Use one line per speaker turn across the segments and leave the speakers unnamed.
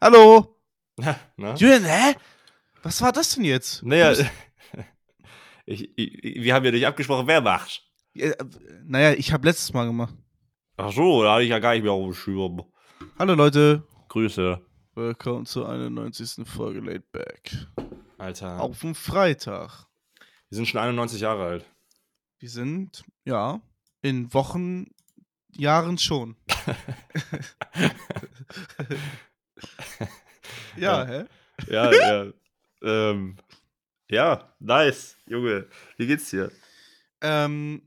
Hallo?
ne?
Julian, hä? Was war das denn jetzt?
Naja,
Du bist-
ich, ich, wir haben ja nicht abgesprochen, wer macht.
Ja, äh, naja, ich habe letztes Mal gemacht.
Ach so, da hatte ich ja gar nicht mehr auf dem Schirm.
Hallo Leute,
Grüße.
willkommen zur 91. Folge Late Back.
Alter.
Auf dem Freitag.
Wir sind schon 91 Jahre alt.
Wir sind, ja, in Wochen, Jahren schon. ja,
Ja.
hä?
Ja, ja. Ähm, ja, nice, Junge. Wie geht's dir?
Ähm,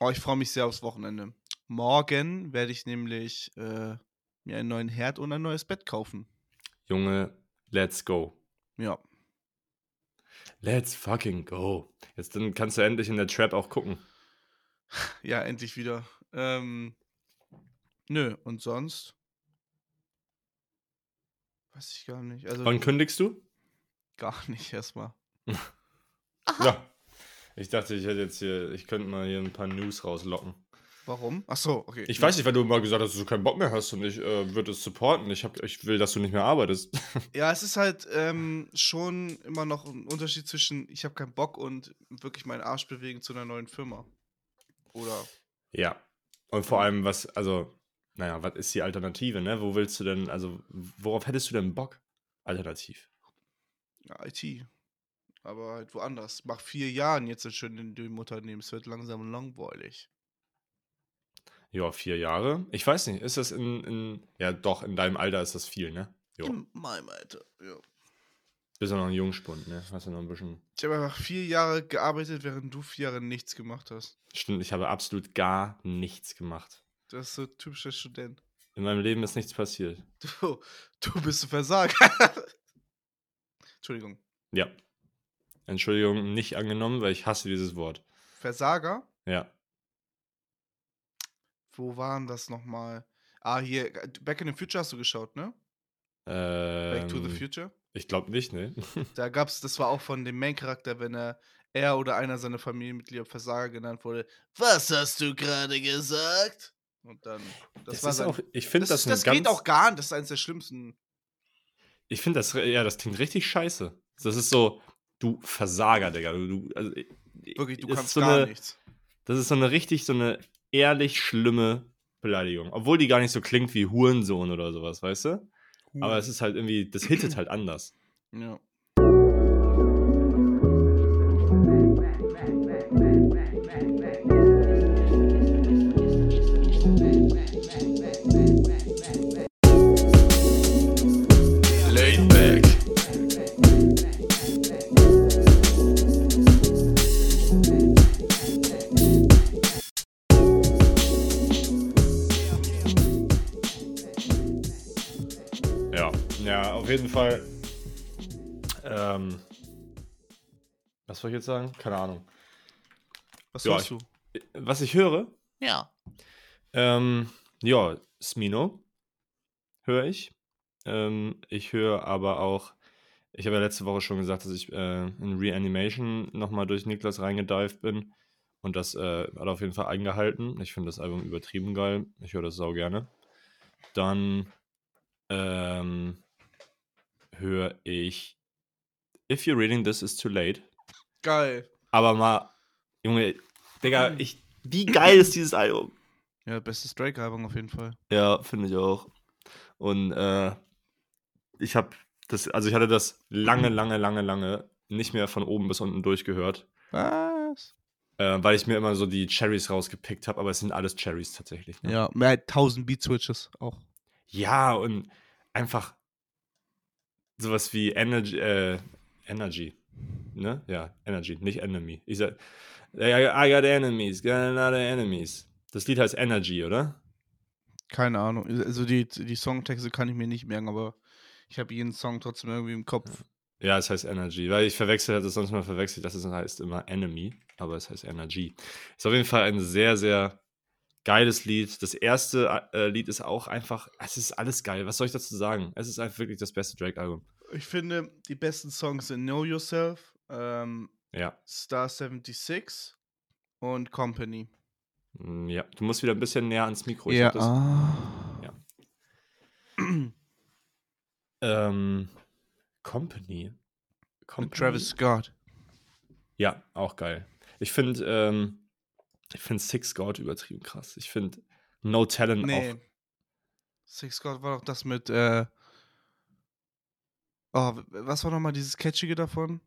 oh, ich freue mich sehr aufs Wochenende. Morgen werde ich nämlich äh, mir einen neuen Herd und ein neues Bett kaufen.
Junge, let's go.
Ja.
Let's fucking go. Jetzt dann kannst du endlich in der Trap auch gucken.
Ja, endlich wieder. Ähm, nö, und sonst? Weiß ich gar nicht. Also
Wann kündigst du?
gar nicht erstmal.
Ja. Ich dachte, ich hätte jetzt hier, ich könnte mal hier ein paar News rauslocken.
Warum? Ach so, okay.
Ich weiß nicht, weil du mal gesagt hast, dass du keinen Bock mehr hast und ich äh, würde es supporten. Ich, hab, ich will, dass du nicht mehr arbeitest.
Ja, es ist halt ähm, schon immer noch ein Unterschied zwischen ich habe keinen Bock und wirklich meinen Arsch bewegen zu einer neuen Firma. Oder
Ja. Und vor allem, was, also, naja, was ist die Alternative, ne? Wo willst du denn, also, worauf hättest du denn Bock? Alternativ.
ja, IT. Aber halt woanders. Nach vier Jahren jetzt schon in dem Unternehmen. Es wird langsam langweilig.
Ja, vier Jahre. Ich weiß nicht, ist das in, in ja doch, in deinem Alter ist das viel, ne? Ja.
In meinem Alter, ja.
Bist ja noch ein Jungspund, ne? Hast ja noch ein bisschen.
Ich habe einfach vier Jahre gearbeitet, während du vier Jahre nichts gemacht hast.
Stimmt, ich habe absolut gar nichts gemacht.
Das ist so typischer Student.
In meinem Leben ist nichts passiert.
Du, du bist ein Versager. Entschuldigung.
Ja. Entschuldigung, nicht angenommen, weil ich hasse dieses Wort.
Versager?
Ja.
Wo waren das nochmal? Ah, hier, Back in the Future hast du geschaut, ne?
Ähm,
Back to the Future.
Ich glaube nicht, ne?
Da gab's, das war auch von dem Main-Charakter, wenn er, er oder einer seiner Familienmitglieder Versager genannt wurde. Was hast du gerade gesagt? Und dann, das, war
ist
sein,
auch, ich finde das,
das,
eine
das
ganz,
geht auch gar nicht, das ist eines der schlimmsten.
Ich finde das, ja, das klingt richtig scheiße. Das ist so, du Versager, Digga. Du, du, also,
Wirklich, du
ist
kannst
so
gar
eine,
nichts.
Das ist so eine richtig, so eine ehrlich schlimme Beleidigung. Obwohl die gar nicht so klingt wie Hurensohn oder sowas, weißt du? Aber es ist halt irgendwie, das hittet halt anders.
Hm. Ja.
Laid back. Ja, ja, auf jeden Fall. Ähm, was soll ich jetzt sagen? Keine Ahnung.
Was
Ja,
sagst
ich-
du?
Was ich höre,
Ja.
ähm, ja, Smino höre ich. Ähm, ich höre aber auch, ich habe ja letzte Woche schon gesagt, dass ich äh, in Reanimation nochmal durch Niklas reingedived bin. Und das äh, hat auf jeden Fall eingehalten. Ich finde das Album übertrieben geil. Ich höre das sau gerne. Dann ähm, höre ich If You're Reading This Is Too Late.
Geil.
Aber mal, Junge, Digga, ich, wie geil ist dieses Album?
Ja, beste Drake-Album auf jeden Fall.
Ja, finde ich auch. Und äh, ich habe das, also ich hatte das lange, lange, lange, lange nicht mehr von oben bis unten durchgehört,
Was?
äh, weil ich mir immer so die Cherries rausgepickt habe, aber es sind alles Cherries tatsächlich. Ne?
Ja, mehr als 1000 Beat-Switches auch.
Ja, und einfach sowas wie Energy, äh, Energy, ne? Ja, Energy, nicht Enemy. Ich sag, I I got enemies, got another enemies. Das Lied heißt Energy, oder?
Keine Ahnung. Also die, die Songtexte kann ich mir nicht merken, aber ich habe jeden Song trotzdem irgendwie im Kopf.
Ja, es heißt Energy, weil ich verwechselt hatte, sonst mal verwechselt, dass es heißt immer Enemy, aber es heißt Energy. Ist auf jeden Fall ein sehr, sehr geiles Lied. Das erste äh, Lied ist auch einfach, es ist alles geil. Was soll ich dazu sagen? Es ist einfach wirklich das beste Drake-Album.
Ich finde, die besten Songs sind Know Yourself, ähm,
Ja,
Star 76 und Company.
Mm, ja. Du musst wieder ein bisschen näher ans Mikro. hab das,
ah.
Ja. Ähm, Company.
Mit Travis Scott.
Ja, auch geil. Ich finde ähm, ich find Six God übertrieben krass. Ich finde No Talent
Nee.
auch.
Six Scott war doch das mit, äh. Oh, w- was war nochmal dieses Catchige davon?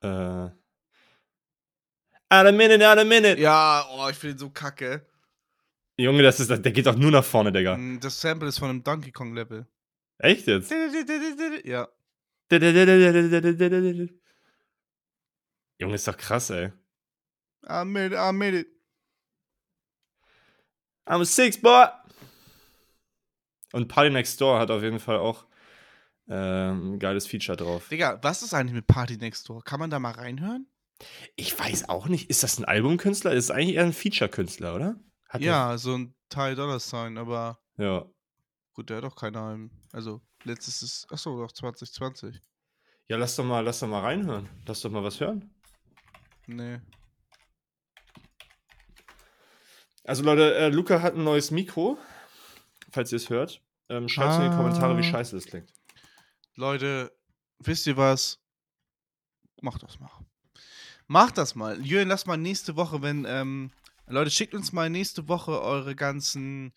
Äh, out a minute, out a minute.
Ja, oh, ich finde ihn so kacke.
Junge, das ist, der geht doch nur nach vorne, Digga.
Mm, Das Sample ist von einem Donkey Kong Level.
Echt jetzt?
Ja.
Junge, ist doch krass, ey.
I made it, I made it.
I'm a six, boy. Und Party Next Door hat auf jeden Fall auch ähm, ein geiles Feature drauf.
Digga, was ist eigentlich mit Party Next Door? Kann man da mal reinhören?
Ich weiß auch nicht, ist das ein Albumkünstler? Ist eigentlich eher ein Feature-Künstler, oder? Hat der-
ja, so ein Teil Dollar Sign, aber
ja.
gut, der hat auch kein Heim. Also, letztes ist, achso, doch 2020.
Ja, lass doch mal, lass doch mal reinhören. Lass doch mal was hören.
Nee.
Also Leute, äh, Luca hat ein neues Mikro, falls ihr es hört. Ähm, Schreibt in die
Ah.
Kommentare, wie scheiße das klingt.
Leute, wisst ihr was? Macht das mal. Macht das mal. Jürgen, lass mal nächste Woche, wenn, ähm, Leute, schickt uns mal nächste Woche eure ganzen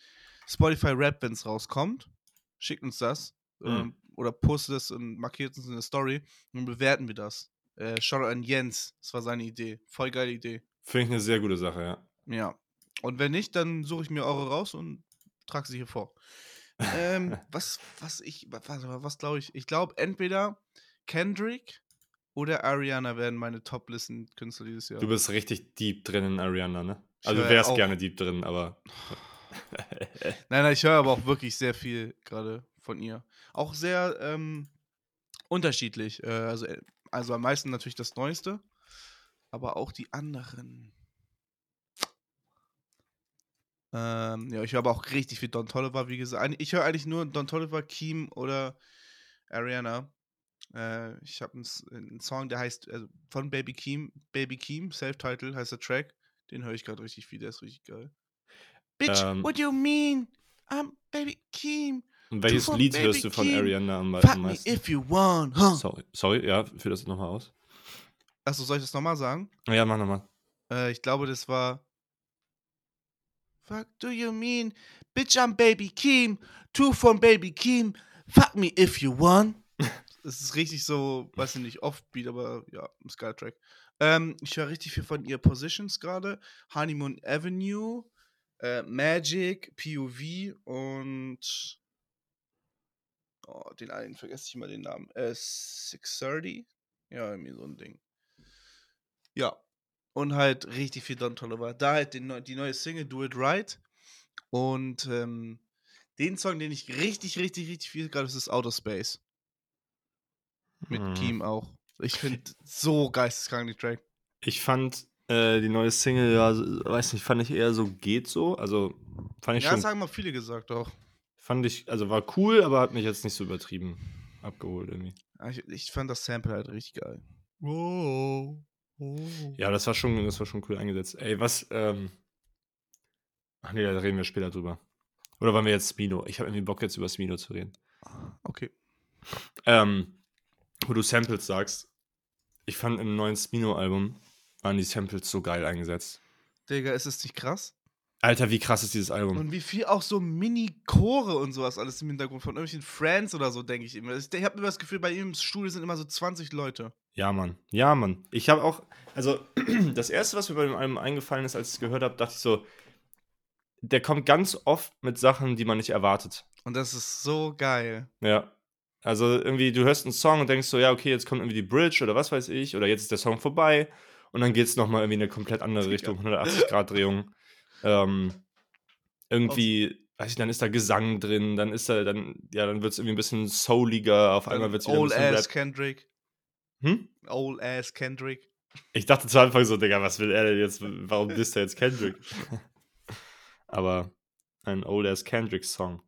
Spotify-Rap, wenn es rauskommt. Schickt uns das. Ähm, oder postet es und markiert uns in der Story. Nun bewerten wir das. Äh, Shoutout an Jens. Das war seine Idee. Voll geile Idee.
Finde ich eine sehr gute Sache, ja.
Ja. Und wenn nicht, dann suche ich mir eure raus und trage sie hier vor. Ähm, was, was ich, wa- warte mal, was glaube ich? Ich glaube, entweder Kendrick oder Ariana werden meine Top-Listen-Künstler dieses Jahr.
Du bist richtig deep drin in Ariana, ne?
Ich
Also du
höre
wärst
auch-
gerne deep drin, aber
Nein, nein, ich höre aber auch wirklich sehr viel gerade von ihr. Auch sehr ähm, unterschiedlich. Äh, also, äh, also am meisten natürlich das Neueste, aber auch die anderen. Ähm, ja, ich höre aber auch richtig viel Don Tolliver, wie gesagt. Eigentlich- Ich höre eigentlich nur Don Tolliver, Keem oder Ariana. Äh, ich habe einen, S- einen Song, der heißt also von Baby Keem, Baby Keem, Self-Title heißt der Track. Den höre ich gerade richtig viel, der ist richtig geil. Bitch,
Ähm.
what do you mean? I'm Baby Keem.
Und welches
von
Lied
Baby
hörst du von
Keem.
Ariana am,
Fuck
am
me
meisten?
if you want. Huh?
Sorry, sorry, ja, führ das nochmal aus.
Achso, soll ich das nochmal sagen?
Ja, mach nochmal.
Äh, ich glaube, das war. Fuck do you mean? Bitch, I'm Baby Keem. Two von Baby Keem. Fuck me if you want. Es ist richtig so, weiß ich nicht, Offbeat, aber ja, ein Skytrack. Ähm, ich höre richtig viel von ihr Positions gerade. Honeymoon Avenue, äh, Magic, POV und. Oh, den einen vergesse ich immer den Namen. Äh, 630? Ja, irgendwie so ein Ding. Ja. Und halt richtig viel Don Tolliver. Da halt den, neu- die neue Single Do It Right. Und ähm, den Song, den ich richtig, richtig, richtig viel gerade, das ist Outer Space. Mit
Hm.
Keem auch. Ich finde so geisteskrank den Track.
Ich fand äh, die neue Single, ja, so- weiß nicht, fand ich eher so geht so. Also fand ich
ja,
schon,
das haben mal viele gesagt auch.
fand ich, also war cool, aber hat mich jetzt nicht so übertrieben abgeholt irgendwie.
Aber Ah, Ich, ich fand das Sample halt richtig geil. Wow.
Ja, das war schon, das war schon cool eingesetzt. Ey, was, ähm. Ach nee, da reden wir später drüber. Oder waren wir jetzt Smino? Ich habe irgendwie Bock, jetzt über Smino zu reden.
Okay.
Ähm, wo du Samples sagst. Ich fand im neuen Smino-Album waren die Samples so geil eingesetzt.
Digga, ist es nicht krass?
Alter, wie krass ist dieses Album?
Und wie viel auch so Mini-Chore und sowas alles im Hintergrund von irgendwelchen Friends oder so, denke ich immer. Ich, ich habe immer das Gefühl, bei ihm im Studio sind immer so 20 Leute.
Ja, Mann. Ja, Mann. Ich habe auch, also das Erste, was mir bei dem Album eingefallen ist, als ich es gehört habe, dachte ich so, der kommt ganz oft mit Sachen, die man nicht erwartet.
Und das ist so geil.
Ja. Also irgendwie, du hörst einen Song und denkst so, ja, okay, jetzt kommt irgendwie die Bridge oder was weiß ich, oder jetzt ist der Song vorbei und dann geht es nochmal irgendwie in eine komplett andere Richtung, 180-Grad-Drehung. Ähm, irgendwie, weiß ich, dann ist da Gesang drin, dann ist da, dann, ja, dann wird es irgendwie ein bisschen souliger, auf einmal wird es wieder ein
Old
bisschen
Ass
Rap.
Kendrick.
Hm?
Old Ass Kendrick.
Ich dachte zu Anfang so, Digga, was will er denn jetzt? Warum disst er jetzt Kendrick? Aber ein old ass Kendrick-Song.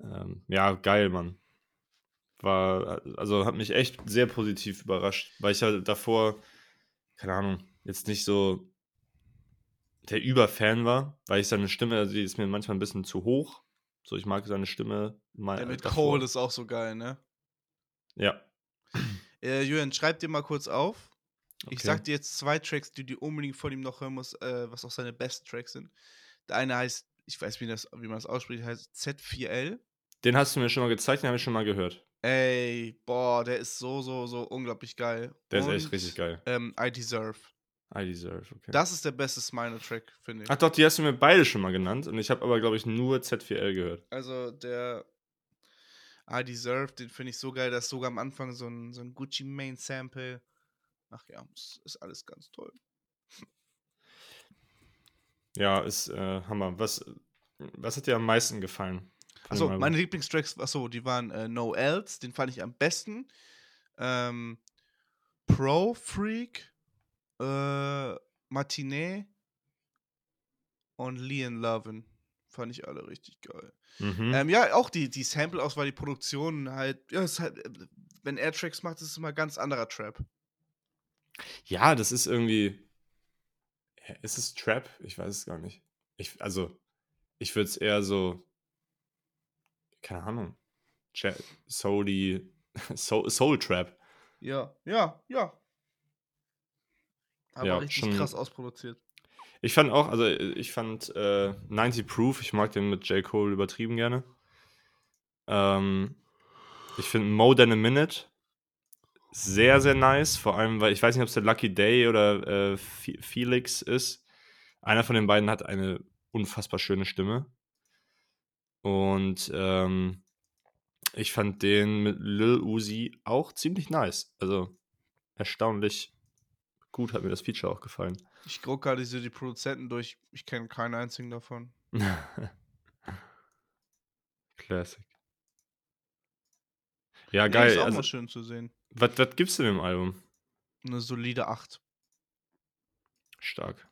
Ähm, ja, geil, Mann. War, also hat mich echt sehr positiv überrascht, weil ich ja davor, keine Ahnung, jetzt nicht so der Überfan war, weil ich seine Stimme, also die ist mir manchmal ein bisschen zu hoch So, ich mag seine Stimme. Mein,
Der mit
davor.
Cole ist auch so geil, ne?
Ja.
Äh, Julian, schreib dir mal kurz auf. Ich
okay.
sag dir jetzt zwei Tracks, die du unbedingt von ihm noch hören musst, äh, was auch seine besten Tracks sind. Der eine heißt, ich weiß, wie, das, wie man das ausspricht, heißt Z4L.
Den hast du mir schon mal gezeigt, den habe ich schon mal gehört.
Ey, boah, der ist so, so, so unglaublich geil.
Der
Und,
ist echt richtig geil.
Ähm, I Deserve.
I deserve, okay.
Das ist der beste Smino-Track, finde ich.
Ach doch, die hast du mir beide schon mal genannt und ich habe aber, glaube ich, nur Z4L gehört.
Also der I Deserve, den finde ich so geil, dass sogar am Anfang so ein, so ein Gucci Main Sample. Ach ja, ist, ist alles ganz toll.
Ja, ist äh, Hammer. Was, was hat dir am meisten gefallen? von
Achso,
dem Album?
meine Lieblingstracks, achso, die waren äh, No Else, den fand ich am besten. Ähm, Pro Freak, äh, Matinee und Lean Lovin. Fand ich alle richtig geil.
Mhm.
Ähm, ja, auch die, die Sample-Auswahl, die Produktion halt, ja, ist halt, äh, wenn er Tracks macht, ist es immer ganz anderer Trap.
ja, das ist irgendwie. Hä, Ist es Trap? Ich weiß es gar nicht. Ich, also, ich würde es eher so. Keine Ahnung. Ja- Soul, Soul, Soul Trap.
Ja, ja, ja. Aber
Ja,
richtig
schon-
krass ausproduziert.
Ich fand auch, also ich fand äh, 90 Proof, ich mag den mit J. Cole übertrieben gerne. Ähm, ich finde More Than a Minute sehr, sehr nice. Vor allem, weil ich weiß nicht, ob es der Lucky Day oder äh, Fe- Felix ist. Einer von den beiden hat eine unfassbar schöne Stimme. Und ähm, ich fand den mit Lil Uzi auch ziemlich nice. Also erstaunlich gut hat mir das Feature auch gefallen.
Ich gucke gerade so die Produzenten durch. Ich kenne keinen einzigen davon.
Classic. Ja,
Nee,
geil.
Ist auch
also,
mal schön zu sehen.
was, was gibst du dem Album?
Eine solide 8.
Stark.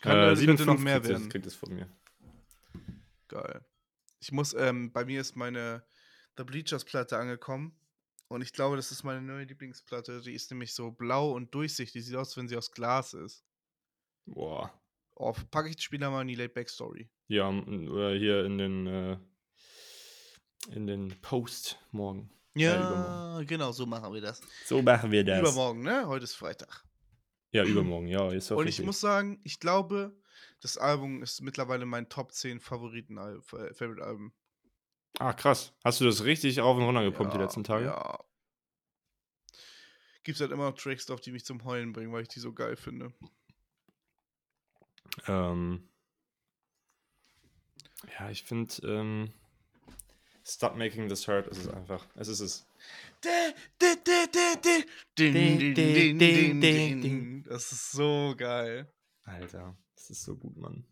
Kann äh, bitte noch mehr
kriegt das-
werden.
kriegt das von mir.
Geil. Ich muss, ähm, bei mir ist meine The Bleachers Platte angekommen. Und ich glaube, das ist meine neue Lieblingsplatte. Die ist nämlich so blau und durchsichtig. Sieht aus, wenn sie aus Glas ist.
Boah.
Oh, packe ich den Spieler mal in die Late Back Story.
Ja, m- oder hier in den, äh, in den Post morgen. Ja,
Ja, genau, so machen wir das.
So machen wir das.
Übermorgen, ne? Heute ist Freitag.
Ja, übermorgen. Ja, ist doch
Und ich
richtig.
muss sagen, ich glaube, das Album ist mittlerweile mein Top 10 Favoriten äh, Favorite Album.
Ah, krass. Hast du das richtig rauf und runter gepumpt die letzten Tage?
Ja. Gibt's halt immer noch Tracks drauf, die mich zum Heulen bringen, weil ich die so geil finde.
Ähm, ja, ich finde, ähm, Stop Making This Hurt ist es einfach. Es ist es.
Ding, ding, ding, ding, ding, ding. Das ist so geil.
Alter, das ist so gut, Mann.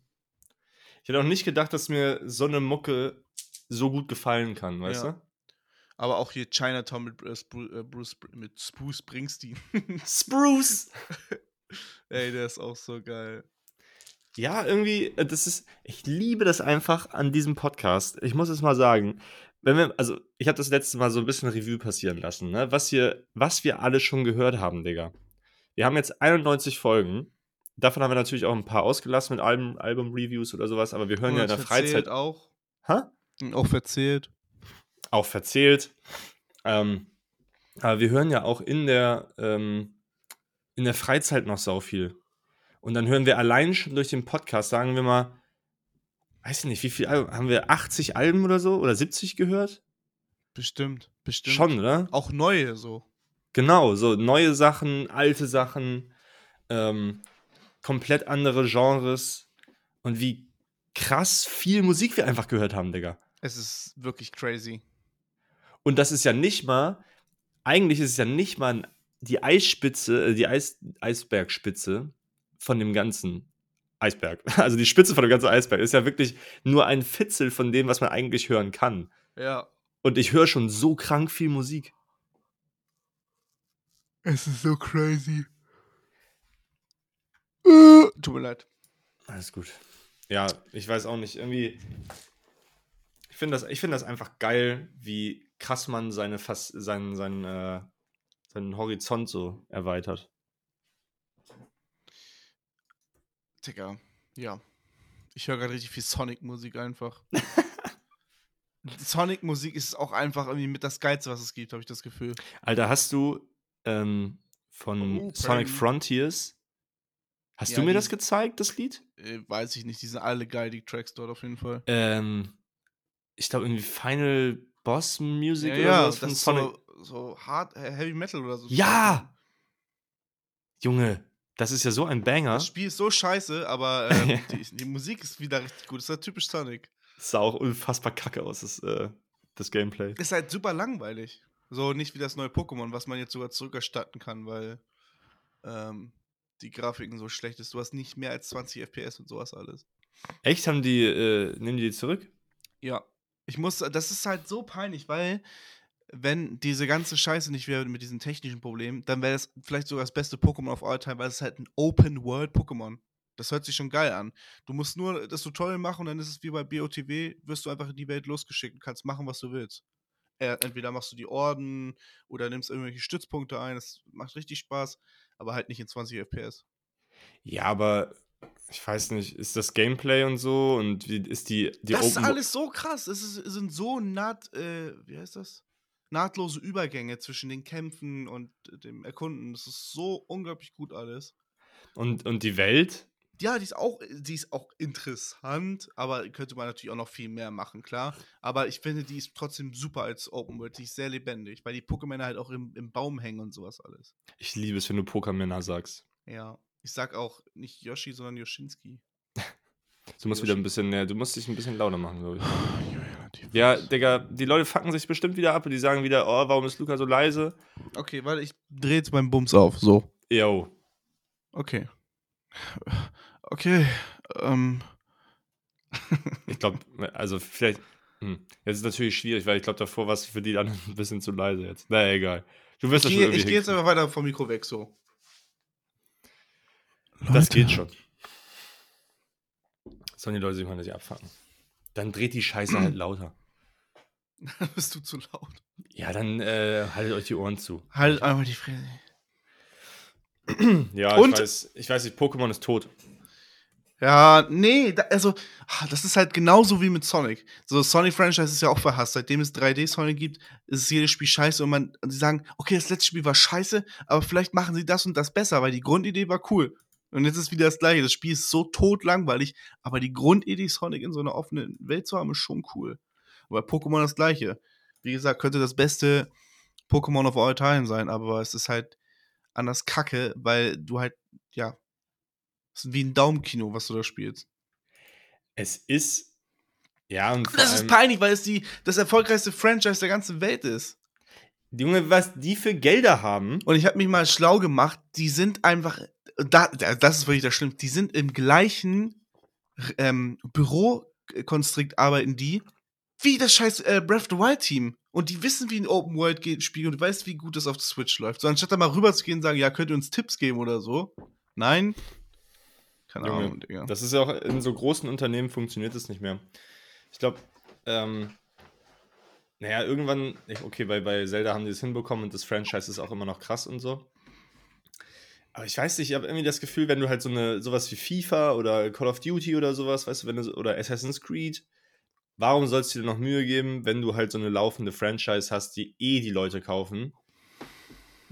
Ich hätte auch nicht gedacht, dass mir so eine Mucke so gut gefallen kann, weißt
Ja.
du?
Aber auch hier Chinatown mit äh, Spru- äh, Bruce Spr- mit Spruce Springsteen.
Spruce!
Ey, der ist auch so geil.
Ja, irgendwie, äh, das ist, ich liebe das einfach an diesem Podcast. Ich muss es mal sagen. Wenn wir, also, ich habe das letzte Mal so ein bisschen Revue passieren lassen, ne? was, hier, was wir alle schon gehört haben, Digga. Wir haben jetzt 91 Folgen. Davon haben wir natürlich auch ein paar ausgelassen mit Album- Album-Reviews oder sowas, aber wir hören
Und
ja in der
verzählt
Freizeit.
auch.
Hä?
Und Auch verzählt.
auch verzählt. Ähm, aber wir hören ja auch in der, ähm, in der Freizeit noch sau viel. Und dann hören wir allein schon durch den Podcast, sagen wir mal, weiß ich nicht, wie viel Alben, haben wir 80 Alben oder so oder 70 gehört?
Bestimmt, bestimmt.
Schon, oder?
Auch neue so.
Genau, so neue Sachen, alte Sachen, ähm, komplett andere Genres und wie krass viel Musik wir einfach gehört haben, Digga.
Es ist wirklich crazy.
Und das ist ja nicht mal, eigentlich ist es ja nicht mal ein- die Eisspitze, äh, die Eis, Eisbergspitze von dem ganzen Eisberg. Also die Spitze von dem ganzen Eisberg ist ja wirklich nur ein Fitzel von dem, was man eigentlich hören kann.
Ja.
Und ich höre schon so krank viel Musik.
Es ist so crazy. Äh, Tut mir leid.
Alles gut. Ja, ich weiß auch nicht. Irgendwie. Ich finde das, ich find das einfach geil, wie krass man seine Fas seinen, seinen, äh, seinen Horizont so erweitert.
Digga. Ja. Ich höre gerade richtig viel Sonic-Musik einfach. Sonic-Musik ist auch einfach irgendwie mit das Geilste, was es gibt, habe ich das Gefühl.
Alter, hast du ähm, von
Open.
Sonic Frontiers. Hast
Ja,
du mir
die-
das gezeigt, das Lied?
Äh, weiß ich nicht, die sind alle geil, die Tracks dort auf jeden Fall.
Ähm, ich glaube, irgendwie Final Boss Music
Ja,
oder
ja,
sowas
das
von
ist
Sonic.
so, so hard, äh, Heavy Metal oder so.
Ja! Junge, das ist ja so ein Banger.
Das Spiel ist so scheiße, aber ähm,
Ja.
die, die Musik ist wieder richtig gut. Das ist halt typisch Sonic.
sah auch unfassbar kacke aus, das, äh, das Gameplay.
Ist halt super langweilig. So nicht wie das neue Pokémon, was man jetzt sogar zurückerstatten kann, weil ähm, die Grafiken so schlecht ist. Du hast nicht mehr als 20 FPS und sowas alles.
Echt haben die, äh, nehmen die die zurück?
Ja. Ich muss, das ist halt so peinlich, weil wenn diese ganze Scheiße nicht wäre mit diesen technischen Problemen, dann wäre das vielleicht sogar das beste Pokémon of all time, weil es ist halt ein Open-World-Pokémon. Das hört sich schon geil an. Du musst nur das Tutorial machen und dann ist es wie bei BOTW, wirst du einfach in die Welt losgeschickt und kannst machen, was du willst. Äh, entweder machst du die Orden oder nimmst irgendwelche Stützpunkte ein. Das macht richtig Spaß, aber halt nicht in 20 FPS.
Ja, aber ich weiß nicht, ist das Gameplay und so und wie ist die, die
das ist
Open-
alles so krass. Es ist, es sind so naht, äh, wie heißt das? Nahtlose Übergänge zwischen den Kämpfen und äh, dem Erkunden. Das ist so unglaublich gut alles.
und, und die Welt?
Ja, die ist auch, die ist auch interessant, aber könnte man natürlich auch noch viel mehr machen, klar. Aber ich finde, die ist trotzdem super als Open World. Die ist sehr lebendig, weil die Pokémon halt auch im, im Baum hängen und sowas alles.
Ich liebe es, wenn du Pokermänner sagst.
Ja. Ich sag auch nicht Yoshi, sondern Yoshitsky.
Du musst wieder ein bisschen, ne, du musst dich ein bisschen lauter machen, glaube ich.
bisschen.
Ja, Digga, die Leute fucken sich bestimmt wieder ab und die sagen wieder, oh, warum ist Luca so leise?
Okay, warte, ich dreh jetzt meinen Bums auf. So.
Yo.
Okay. Okay. Ähm,
Ich glaube, also vielleicht. Hm. Jetzt ist natürlich schwierig, weil ich glaube, davor war es für die dann ein bisschen zu leise jetzt. Naja, egal. Du wirst
ich
das
gehe
schon irgendwie
ich geh jetzt
hinkriegen.
einfach weiter vom Mikro weg, so.
Das geht schon. Sollen die Leute sich mal nicht abfacken. Dann dreht die Scheiße halt lauter.
Bist du zu laut?
Ja, dann äh, haltet euch die Ohren zu.
Halt einfach die Fresse.
Ja,
Und-
ich weiß, ich weiß nicht, Pokémon ist tot.
Ja, nee, da, also, ah, das ist halt genauso wie mit Sonic. So, das Sonic-Franchise ist ja auch verhasst. Seitdem es 3D-Sonic gibt, ist jedes Spiel scheiße und man, und sie sagen, okay, das letzte Spiel war scheiße, aber vielleicht machen sie das und das besser, weil die Grundidee war cool. Und jetzt ist wieder das gleiche. Das Spiel ist so totlangweilig, aber die Grundidee, Sonic in so einer offenen Welt zu haben, ist schon cool. Und bei Pokémon das gleiche. Wie gesagt, könnte das beste Pokémon of all time sein, aber es ist halt anders kacke, weil du halt, ja, es ist wie ein Daumenkino, was du da spielst.
Es ist. Ja, und vor
Das ist
allem-
peinlich, weil es die, das erfolgreichste Franchise der ganzen Welt ist.
Junge, was die für Gelder haben.
Und ich habe mich mal schlau gemacht, die sind einfach, da, da- das ist wirklich das Schlimmste, die sind im gleichen ähm, Bürokonstrikt arbeiten die, wie das scheiß äh, Breath of the Wild Team. Und die wissen, wie ein Open World geht- Spiel und du weißt, wie gut das auf der Switch läuft. So, anstatt da mal rüber zu gehen und sagen, ja, könnt ihr uns Tipps geben oder so. Nein. Keine
Junge,
Ahnung, Digga.
Das ist ja auch in so großen Unternehmen funktioniert das nicht mehr. Ich glaube, ähm, naja, irgendwann, ich- okay, bei, bei Zelda haben die es hinbekommen und das Franchise ist auch immer noch krass und so. Aber ich weiß nicht, ich habe irgendwie das Gefühl, wenn du halt so eine, sowas wie FIFA oder Call of Duty oder sowas, weißt du, wenn du, so- oder Assassin's Creed, warum sollst du dir noch Mühe geben, wenn du halt so eine laufende Franchise hast, die eh die Leute kaufen,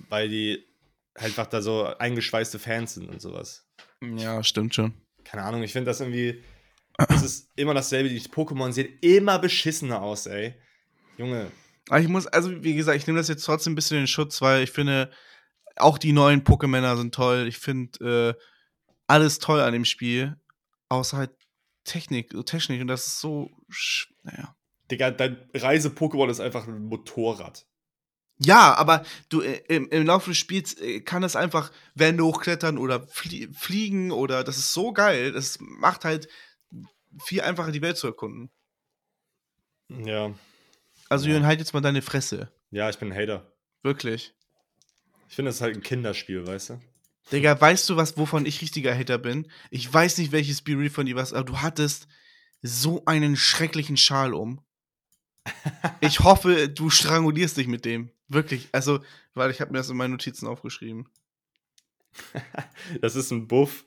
weil die halt einfach da so eingeschweißte Fans sind und sowas
Ja, stimmt schon.
keine Ahnung, ich finde das irgendwie. Es ist immer dasselbe. Die Pokémon sehen immer beschissener aus, ey. Junge.
Aber ich muss, also wie gesagt, ich nehme das jetzt trotzdem ein bisschen in Schutz, weil ich finde, auch die neuen Pokémänner sind toll. Ich finde äh, alles toll an dem Spiel, außer halt Technik, so Technik. Und das ist so, sch- naja.
Digga, dein Reise-Pokémon ist einfach ein Motorrad.
Ja, aber du äh, im, im Laufe des Spiels äh, kann das einfach Wände hochklettern oder flie fliegen oder das ist so geil. Das macht halt viel einfacher die Welt zu erkunden.
Ja.
Also
Ja.
Jürgen, halt jetzt mal deine Fresse,
Ja, ich bin ein Hater.
wirklich.
Ich finde, das ist halt ein Kinderspiel, weißt du?
Digga, weißt du was, wovon ich richtiger Hater bin? Ich weiß nicht, welches Beery von dir warst, aber du hattest so einen schrecklichen Schal um. Ich hoffe, du strangulierst dich mit dem. Wirklich. Also, weil ich habe mir das in meinen Notizen aufgeschrieben.
Das ist ein Buff.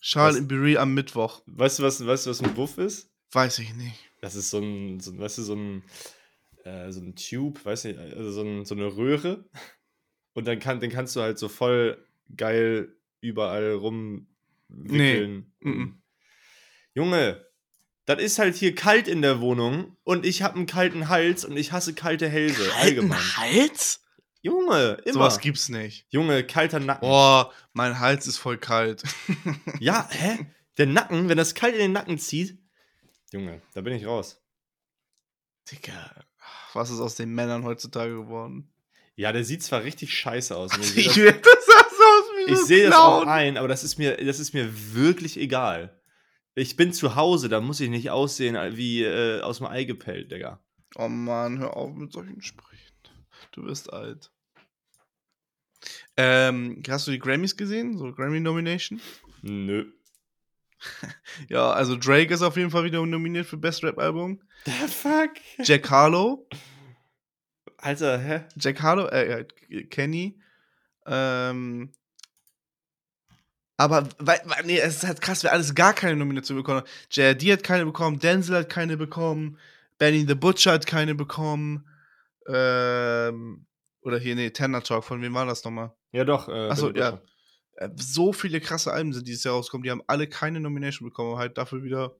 Charles
Was-
in Bury am Mittwoch.
Weißt du, was, weißt du, was ein Buff ist?
Weiß ich nicht.
Das ist so ein, so, ein- weißt du, so ein, äh, so ein Tube, weiß nicht, also so, ein, so eine Röhre. Und dann, kann, dann kannst du halt so voll geil überall rumwickeln.
Nee, mhm.
Junge, das ist halt hier kalt in der Wohnung und ich habe einen kalten Hals und ich hasse kalte Hälse allgemein.
Kalten Hals?
Junge, immer.
Sowas gibt's nicht.
Junge, kalter Nacken.
Boah, mein Hals ist voll kalt.
Ja, hä? Der Nacken, wenn das kalt in den Nacken zieht. Junge, da bin ich raus.
Digga, was ist aus den Männern heutzutage geworden?
Ja, der sieht zwar richtig scheiße aus. und ich sehe das-
Ich werde das aus wie
Ich
so ein
sehe das auch
Clown.
ein, aber das ist mir, das ist mir wirklich egal. Ich bin zu Hause, da muss ich nicht aussehen wie äh, aus dem Ei gepellt, Digga.
Oh Mann, hör auf mit solchen Sprüchen. Du bist alt. Ähm, hast du die Grammys gesehen? So Grammy-Nomination?
Nö.
Ja, also Drake ist auf jeden Fall wieder nominiert für Best Rap-Album.
The fuck?
Jack Harlow,
Alter, hä?
Jack Harlow, äh, äh, Kenny. Ähm, aber, weil, weil, nee, es ist halt krass, wer alles gar keine Nomination bekommen hat. JRD hat keine bekommen, Denzel hat keine bekommen, Benny the Butcher hat keine bekommen. Ähm, oder hier, nee, Tender Talk, von wem war das nochmal?
Ja, doch. Äh,
Ach so,
bin ich
ja.
doch.
Äh, so viele krasse Alben sind dieses Jahr rausgekommen, die haben alle keine Nomination bekommen, aber halt dafür wieder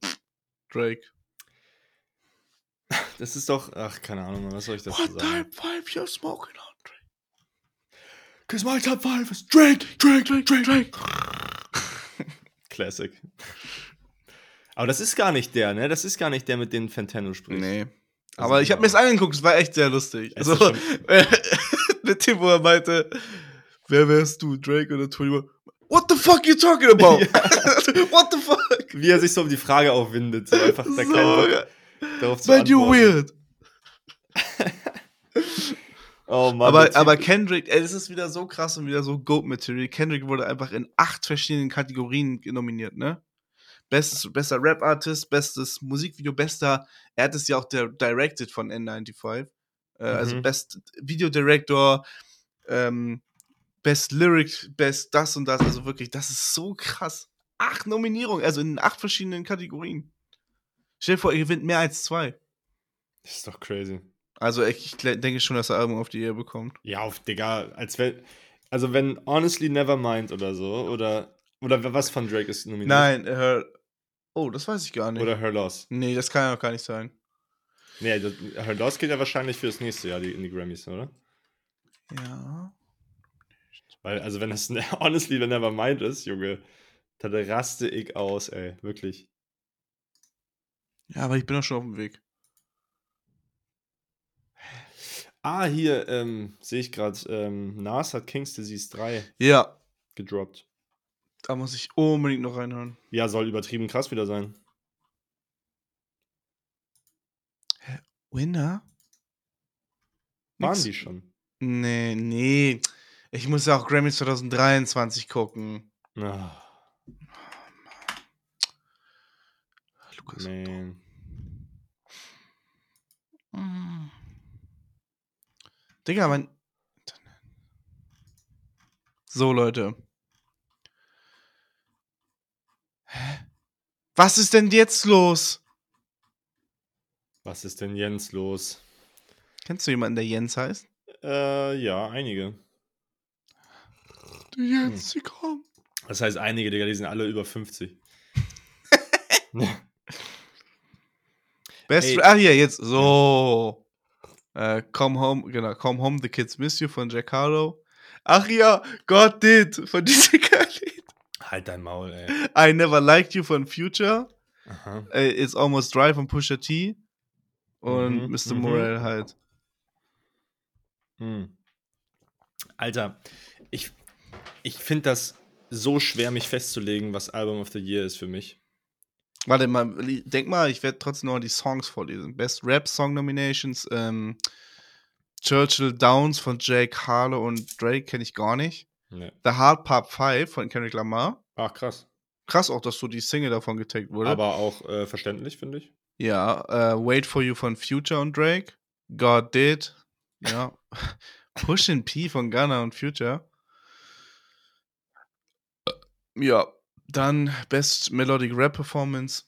Drake.
Das ist doch, ach, keine Ahnung, Mann, was soll ich dazu sagen?
five you smoking on Drake?
Cause my top five is Drake, Drake, Drake, Drake, Drake. Classic. Aber das ist gar nicht der, ne? Das ist gar nicht der, mit dem Fantano spricht.
Nee.
Das
Aber
ist
ich habe
genau.
mir das angeguckt, es war echt sehr lustig.
Es
Also,
ist
äh, mit dem, wo er meinte, wer wärst du, Drake oder 21? What the fuck you talking about? What the fuck?
Wie er sich so um die Frage auch windet. So einfach der
So,
kleine
ja.
Bock darauf zu
Man, you
antworten.
weird.
Oh Mann, der
Aber,
Typ-
aber Kendrick, ey, es ist wieder so krass und wieder so Goat-Material. Kendrick wurde einfach in acht verschiedenen Kategorien nominiert, ne? Bestes, bester Rap-Artist, bestes Musikvideo, bester, er hat es ja auch der directed von N95. Äh, Also
Mhm.
Best Video Director, ähm, Best Lyric, Best das und das. Also wirklich, das ist so krass. Acht Nominierungen, also in acht verschiedenen Kategorien. Stell dir vor, er gewinnt mehr als zwei.
Das ist doch crazy.
Also ich, ich denke schon, dass er Album auf die Ehe bekommt.
Ja, auf, Digga, als wenn. Also wenn Honestly Nevermind oder so, oder. Oder was von Drake ist nominiert?
Nein, er hört. Oh, das weiß ich gar nicht.
Oder Her Loss.
nee, das kann ja auch gar nicht sein.
Nee, das, Her Loss geht ja wahrscheinlich für das nächste Jahr die, in die Grammys, oder?
Ja.
Weil, also wenn das Honestly Nevermind ist, Junge, da raste ich aus, ey. Wirklich.
Ja, aber ich bin doch schon auf dem Weg.
Ah, hier, ähm, sehe ich gerade, ähm, Nas hat King's Disease 3
Ja,
gedroppt.
da muss ich unbedingt noch reinhören.
Ja, soll übertrieben krass wieder sein.
Winner?
Waren
Nix.
die schon?
Nee, nee. Ich muss ja auch Grammy 2023 gucken.
Ah,
Lukas.
man.
Mm. Digga, mein. So, Leute. Hä? Was ist denn jetzt los?
Was ist denn Jens los?
Kennst du jemanden, der Jens heißt?
Äh, ja, einige.
Die
Hm.
Jens, die kommen.
Das heißt, einige, Digga, die sind alle über 50.
Best
Ey.
ah, hier, jetzt. So. Äh, come Home, genau. Come Home, The Kids Miss You von Jack Harlow. Ach ja, God Did von DJ Khaled.
halt dein Maul, ey.
I Never Liked You von Future.
Aha.
Äh, It's Almost Dry von Pusha T. Und
Mhm,
Mr.
mhm.
Morel halt.
Hm. Alter, ich, ich finde das so schwer, mich festzulegen, was Album of the Year ist für mich.
Warte mal, li- denk mal, ich werde trotzdem noch die Songs vorlesen. Best Rap Song Nominations. Ähm, Churchill Downs von Jake Harlow und Drake kenne ich gar nicht.
Nee.
The Hard Part 5 von Kendrick Lamar.
Ach, krass.
Krass auch, dass so die Single davon getaggt wurde.
Aber auch äh, verständlich, finde ich.
Ja, äh, Wait for You von Future und Drake. God Did. Ja. Push and P von Ghana und Future. Äh, Ja. Dann Best Melodic Rap Performance.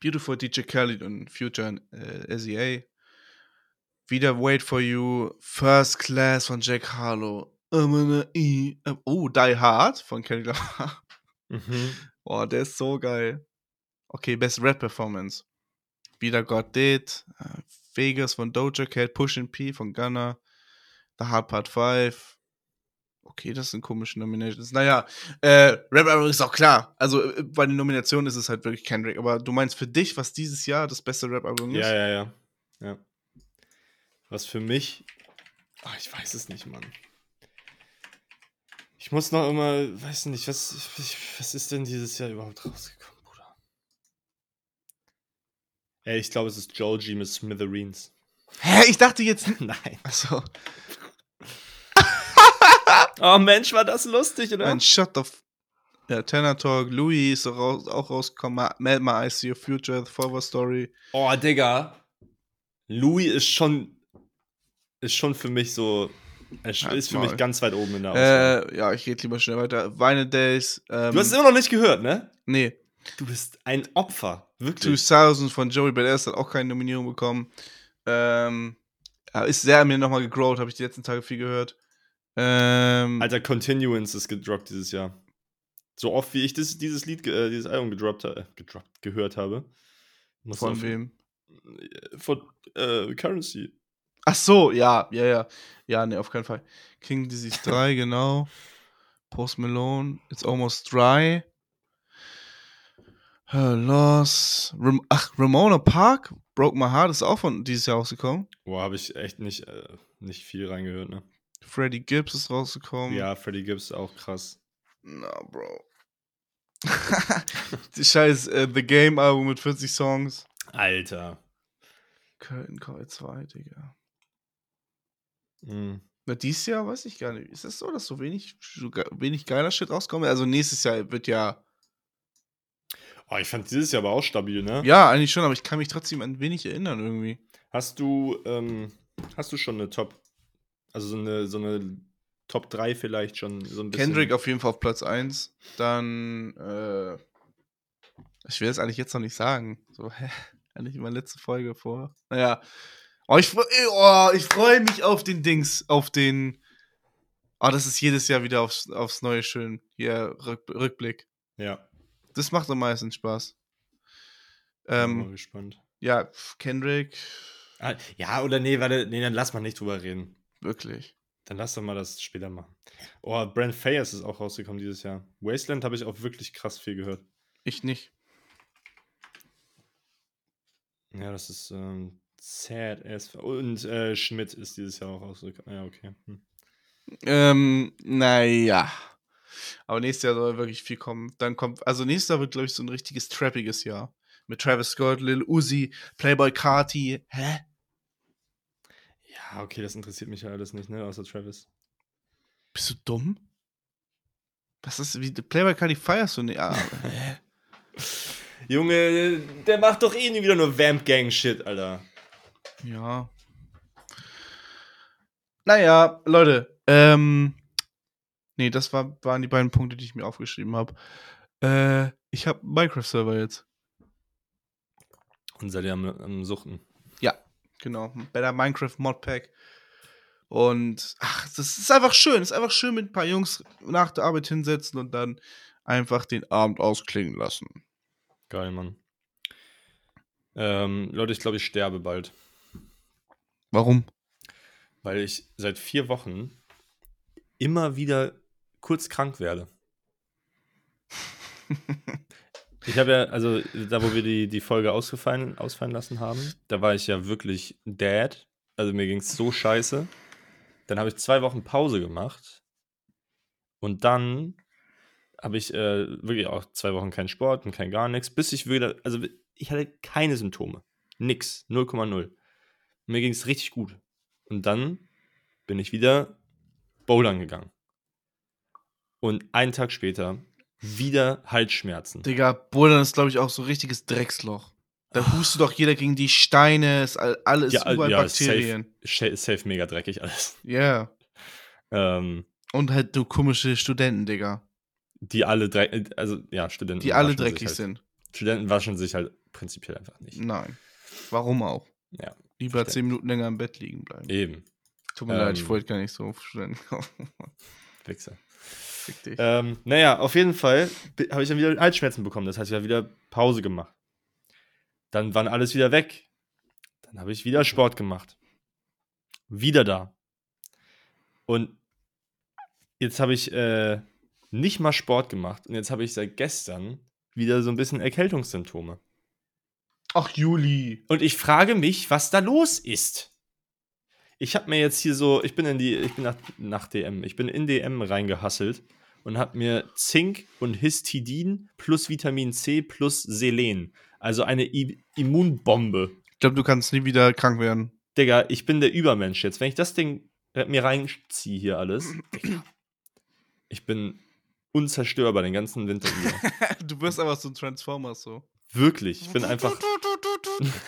Beautiful DJ Khaled und Future und äh, SEA. Wieder Wait for You. First Class von Jack Harlow. I'm gonna eat up- Oh, Die Hard von Kenny Lamar.
Mhm.
Boah, der ist so geil. Okay, Best Rap Performance. Wieder God Did. äh, Vegas von Doja Cat. Push and P von Gunna. The Hard Part 5. Okay, das sind komische Nominations. Naja, äh, Rap Album ist auch klar. Also äh, bei den Nominationen ist es halt wirklich Kendrick. Aber du meinst für dich, was dieses Jahr das beste Rap Album ist?
Ja, ja, ja, ja. Was für mich. Ah, ich weiß es nicht, Mann. Ich muss noch immer, weiß nicht, was, ich- was ist denn dieses Jahr überhaupt rausgekommen, Bruder? Ey, ich glaube, es ist Joji mit Smithereens.
Hä, ich dachte jetzt. Also,
Nein.
Achso,
Oh Mensch, war das lustig, oder?
ein Shot of. Ja, Tenor Talk, Louis ist raus, auch rausgekommen. Melma, I See Your Future, The Forward Story.
Oh, Digga. Louis ist schon. Ist schon für mich so. Ist,
Ja,
ist für
Maul.
mich ganz weit oben in der Auswahl.
Äh, ja, ich rede lieber schnell weiter. Weine Days. Ähm,
du hast es immer noch nicht gehört, ne?
nee,
Du bist ein Opfer. Wirklich.
2000 von Joey Badass hat auch keine Nominierung bekommen. Ähm, ja, ist sehr an mir nochmal gegrowt, habe ich die letzten Tage viel gehört. Ähm,
Alter, Continuance ist gedroppt dieses Jahr. So oft wie ich das, dieses Lied, ge- äh, dieses Album gedroppt, ha- äh, gedroppt gehört habe. Muss
von
auf-
wem?
Von äh, Currency.
Ach so, ja, ja, ja. Ja, nee, auf keinen Fall. King Disease 3, genau. Post Malone, It's Almost Dry. Her Loss. Ram Ach, Ramona Park, Broke My Heart, ist auch von dieses Jahr rausgekommen.
Boah, habe ich echt nicht, äh, nicht viel reingehört, ne?
Freddie Gibbs ist rausgekommen.
Ja, Freddie Gibbs auch krass.
Na, Bro. Die Scheiß äh, The Game Album mit 40 Songs.
Alter.
Köln KW2, Digga.
Mhm.
Na, dieses Jahr weiß ich gar nicht. Ist es das so, dass so wenig, so ge- wenig geiler Shit rauskommt? Also nächstes Jahr wird ja.
Oh, ich fand dieses Jahr aber auch stabil, ne?
Ja, eigentlich schon, aber ich kann mich trotzdem an wenig erinnern irgendwie.
Hast du, ähm, hast du schon eine Top, also so eine, so eine Top 3 vielleicht schon so ein bisschen?
Kendrick auf jeden Fall auf Platz 1. Dann, äh. Ich will es eigentlich jetzt noch nicht sagen. So, hä? Eigentlich immer letzte Folge vor. Naja. Oh, ich, fre- oh, ich freue mich auf den Dings, auf den. Oh, das ist jedes Jahr wieder aufs, aufs Neue schön. Hier, Rück, Rückblick.
Ja,
Das macht am meisten Spaß.
bin mal
Ähm,
gespannt.
ja, pf, Kendrick,
Ah, ja, oder nee, warte, nee, dann lass mal nicht drüber reden.
wirklich.
Dann lass doch mal das später machen. Oh, Brent Fayers ist auch rausgekommen dieses Jahr. Wasteland habe ich auch wirklich krass viel gehört.
Ich nicht.
Ja, das ist ähm, sad as. Und äh, Schmidt ist dieses Jahr auch rausgekommen. Ja, okay. Hm.
Ähm, naja. Aber nächstes Jahr soll wirklich viel kommen. Dann kommt, also nächstes Jahr wird, glaube ich, so ein richtiges trappiges Jahr. Mit Travis Scott, Lil Uzi, Playboy Carti. Hä?
Ja, okay, das interessiert mich ja alles nicht, ne? Außer Travis.
Bist du dumm? Was ist, wie, Playboy Carti feierst du nicht? Ah, hä?
Junge, der macht doch eh nie wieder nur Vamp Gang Shit, Alter.
ja. Naja, Leute, ähm, nee, das war, waren die beiden Punkte, die ich mir aufgeschrieben habe. Äh, ich habe Minecraft-Server jetzt.
Und seid ihr am, am Suchten.
Genau, Better Minecraft Modpack. Und ach, das ist einfach schön. Es ist einfach schön, mit ein paar Jungs nach der Arbeit hinsetzen und dann einfach den Abend ausklingen lassen.
Geil, Mann. Ähm, Leute, ich glaube, ich sterbe bald.
Warum?
weil ich seit vier Wochen immer wieder kurz krank werde. Ich habe ja, also da, wo wir die, die Folge ausgefallen, ausfallen lassen haben, da war ich ja wirklich dead. Also mir ging es so scheiße. Dann habe ich zwei Wochen Pause gemacht. Und dann habe ich äh, wirklich auch zwei Wochen keinen Sport und kein gar nichts, bis ich wieder, also ich hatte keine Symptome. Nix, 0,0. Mir ging es richtig gut. Und dann bin ich wieder bowlern gegangen. Und einen Tag später wieder Halsschmerzen.
Digga, Bouldern ist, glaube ich, auch so ein richtiges Drecksloch. Da hustet doch jeder gegen die Steine, ist all- alles
Ja,
überall
ja, safe.
Bakterien.
Sha- Safe mega dreckig alles.
Ja. Yeah.
Ähm,
Und halt du komische Studenten, Digga.
Die alle dreckig, also ja, Studenten.
die alle
waschen sich
dreckig
halt.
sind.
Studenten waschen sich halt prinzipiell einfach nicht.
Nein. Warum auch?
Ja,
Lieber
verstehe.
zehn Minuten länger im Bett liegen bleiben.
Eben,
Tut mir leid, ich
ähm,
wollte gar nicht so auf Studenten kommen.
Wichser.
Fick dich.
Ähm, naja, auf jeden Fall habe ich dann wieder Halsschmerzen bekommen. Das heißt, ich habe wieder Pause gemacht. Dann waren alles wieder weg. Dann habe ich wieder Sport gemacht. Wieder da. Und jetzt habe ich äh, nicht mal Sport gemacht. Und jetzt habe ich seit gestern wieder so ein bisschen Erkältungssymptome.
Ach, Juli.
Und ich frage mich, was da los ist. Ich habe mir jetzt hier so, ich bin in die, ich bin nach, nach DM, ich bin in DM reingehasselt und habe mir Zink und Histidin plus Vitamin C plus Selen, also eine I Immunbombe.
Ich glaube, du kannst nie wieder krank werden.
Digga, ich bin der Übermensch jetzt. Wenn ich das Ding äh, mir reinziehe hier alles, Digga, ich bin unzerstörbar den ganzen Winter über.
du wirst einfach so ein Transformers so.
Wirklich, ich bin einfach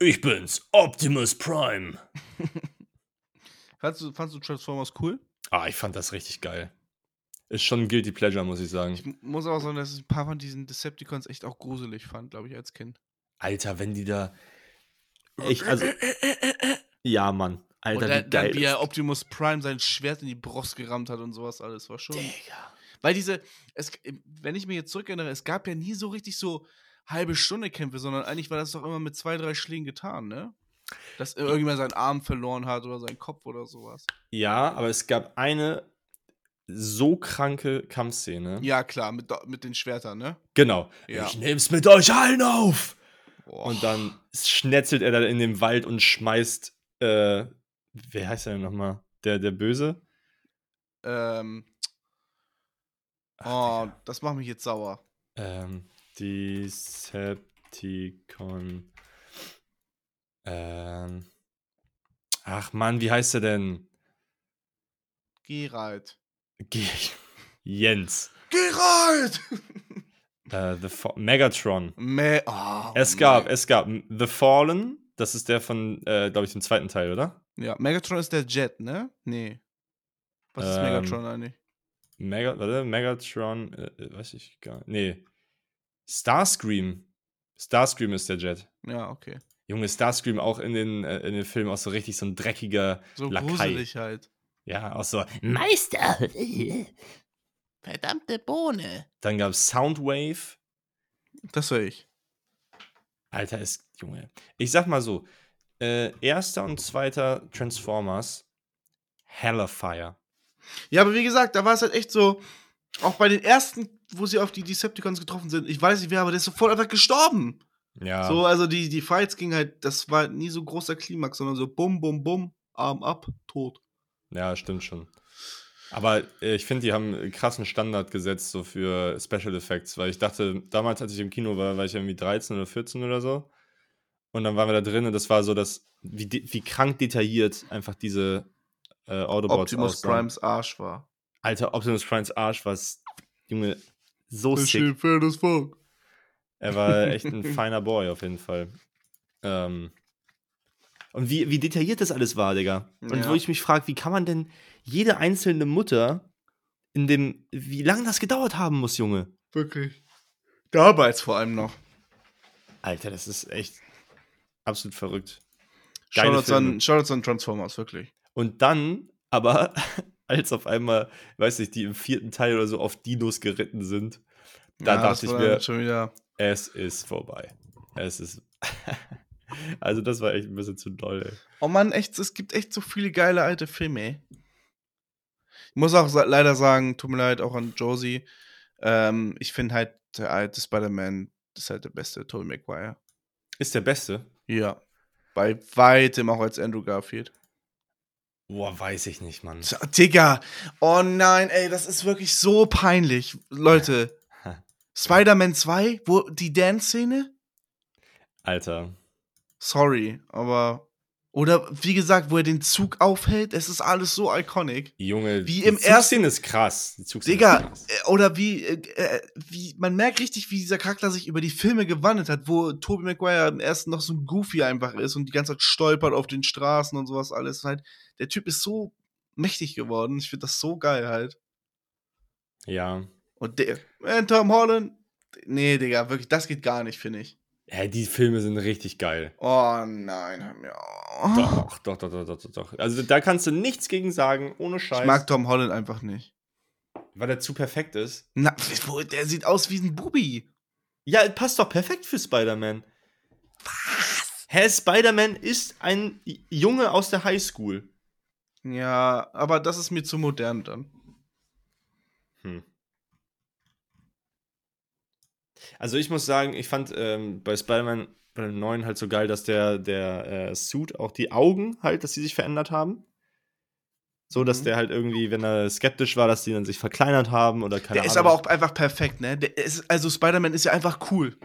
Ich bin's, Optimus Prime.
Fandst du, fandst du Transformers cool?
Ah, ich fand das richtig geil. Ist schon Guilty Pleasure, muss ich sagen.
Ich mu- muss aber sagen, dass ich ein paar von diesen Decepticons echt auch gruselig fand, glaube ich, als Kind.
Alter, wenn die da. Ich, also. Ja, Mann. Alter,
und dann,
wie
dann,
geil.
wie
das-
er Optimus Prime sein Schwert in die Brust gerammt hat und sowas alles. War schon.
Digga.
Weil diese, es, wenn ich mir jetzt zurückerinnere, es gab ja nie so richtig so halbe Stunde Kämpfe, sondern eigentlich war das doch immer mit zwei, drei Schlägen getan, ne? Dass irgendjemand seinen Arm verloren hat oder seinen Kopf oder sowas.
Ja, aber es gab eine so kranke Kampfszene.
Ja, klar, mit, do- mit den Schwertern, ne?
Genau.
Ja.
Ich nehm's mit euch allen auf.
Boah.
Und dann schnetzelt er da in den Wald und schmeißt. Äh, wer heißt er denn nochmal? Der, der Böse?
Ähm,
Ach,
oh, das macht mich jetzt sauer.
Ähm, Decepticon. Ähm. Ach Mann, wie heißt er denn?
Geralt.
G Jens.
Geralt!
Äh, The Fa Megatron.
Me oh,
Es gab,
Meg-
es gab hm, The Fallen. Das ist der von, äh, glaube ich, dem zweiten Teil, oder?
Ja, Megatron ist der Jet, ne? Nee. Was ist
Ähm,
Megatron eigentlich?
Mega, warte, Megatron, äh, äh, weiß ich gar nicht. Nee. Starscream. Starscream ist der Jet.
Ja, okay.
Junge, Starscream auch in den, äh, in den Filmen auch so richtig so ein dreckiger,
So
Lakai.
gruselig halt.
ja, auch so,
Meister! Verdammte Bohne!
Dann gab es Soundwave.
Das war ich.
Alter, ist, Junge. Ich sag mal so: äh, Erster und zweiter Transformers, Hellfire.
Ja, aber wie gesagt, da war es halt echt so, auch bei den ersten, wo sie auf die Decepticons getroffen sind, ich weiß nicht wer, aber der ist sofort einfach gestorben.
Ja.
So, also die, die Fights gingen halt, das war nie so großer Klimax, sondern so bum, bum, bum, Arm ab, tot.
Ja, stimmt schon. Aber äh, ich finde, die haben einen krassen Standard gesetzt so für Special Effects, weil ich dachte, damals, als ich im Kino war, war ich irgendwie 13 oder 14 oder so. Und dann waren wir da drin und das war so, dass, wie, de- wie krank detailliert einfach diese äh, Autobots
Optimus
aussahen.
Primes Arsch war.
Alter, Optimus Primes Arsch war, s- Junge, so sick.
fair as fuck.
Er war echt ein feiner Boy auf jeden Fall. Ähm, und wie, wie detailliert das alles war, Digga. Und
Ja.
wo ich mich frage, wie kann man denn jede einzelne Mutter in dem, wie lange das gedauert haben muss, Junge?
Wirklich. Damals vor allem noch.
Alter, das ist echt absolut verrückt. Geile
Shoutouts an,
Filme.
Shoutouts an Transformers, wirklich.
Und dann, aber als auf einmal, weiß nicht, die im vierten Teil oder so auf Dinos geritten sind, da
das
dachte ich
war dann
mir,
Schon wieder
es ist vorbei. Es ist. also, das war echt ein bisschen zu doll, ey.
Oh Mann, echt, es gibt echt so viele geile alte Filme, ey. Ich muss auch sa leider sagen, tut mir leid, auch an Josie. Ähm, ich finde halt, der alte Spider-Man ist halt der beste, Tobey Maguire.
Ist der Beste.
Ja. Bei weitem auch als Andrew Garfield.
Boah, weiß ich nicht, Mann.
Tja, Digga, oh nein, ey, das ist wirklich so peinlich. Leute, Spider-Man 2, wo die Dance-Szene?
Alter.
Sorry, aber Oder wie gesagt, wo er den Zug aufhält, es ist alles so iconic.
Junge,
Wie
die
im ersten-
Zugszene ist krass. Die Zugszene
Digga,
ist krass.
äh, oder wie, äh, äh, wie, man merkt richtig, wie dieser Charakter sich über die Filme gewandelt hat, wo Tobey Maguire im ersten noch so ein Goofy einfach ist und die ganze Zeit stolpert auf den Straßen und sowas alles. Und halt, der Typ ist so mächtig geworden. Ich finde das so geil halt.
Ja.
Und der, äh, Tom Holland, nee, Digga, wirklich, das geht gar nicht, finde ich.
Hä, die Filme sind richtig geil.
Oh nein, hör mir auf.
Doch, doch, doch, doch, doch, doch, doch. Also da kannst du nichts gegen sagen, ohne Scheiß.
Ich mag Tom Holland einfach nicht.
weil er zu perfekt ist.
Na, wo- der sieht aus wie ein Bubi.
Ja, passt doch perfekt für Spider-Man. Was? Hä, Spider-Man ist ein Junge aus der Highschool.
Ja, aber das ist mir zu modern dann.
Hm. Also ich muss sagen, ich fand ähm, bei Spider-Man bei dem neuen halt so geil, dass der, der äh, Suit auch die Augen halt, dass die sich verändert haben. So, dass
Mhm.
der halt irgendwie, wenn er skeptisch war, dass die dann sich verkleinert haben oder keine
der
Ahnung.
ist aber auch einfach perfekt, ne? Der ist, also Spider-Man ist ja einfach cool.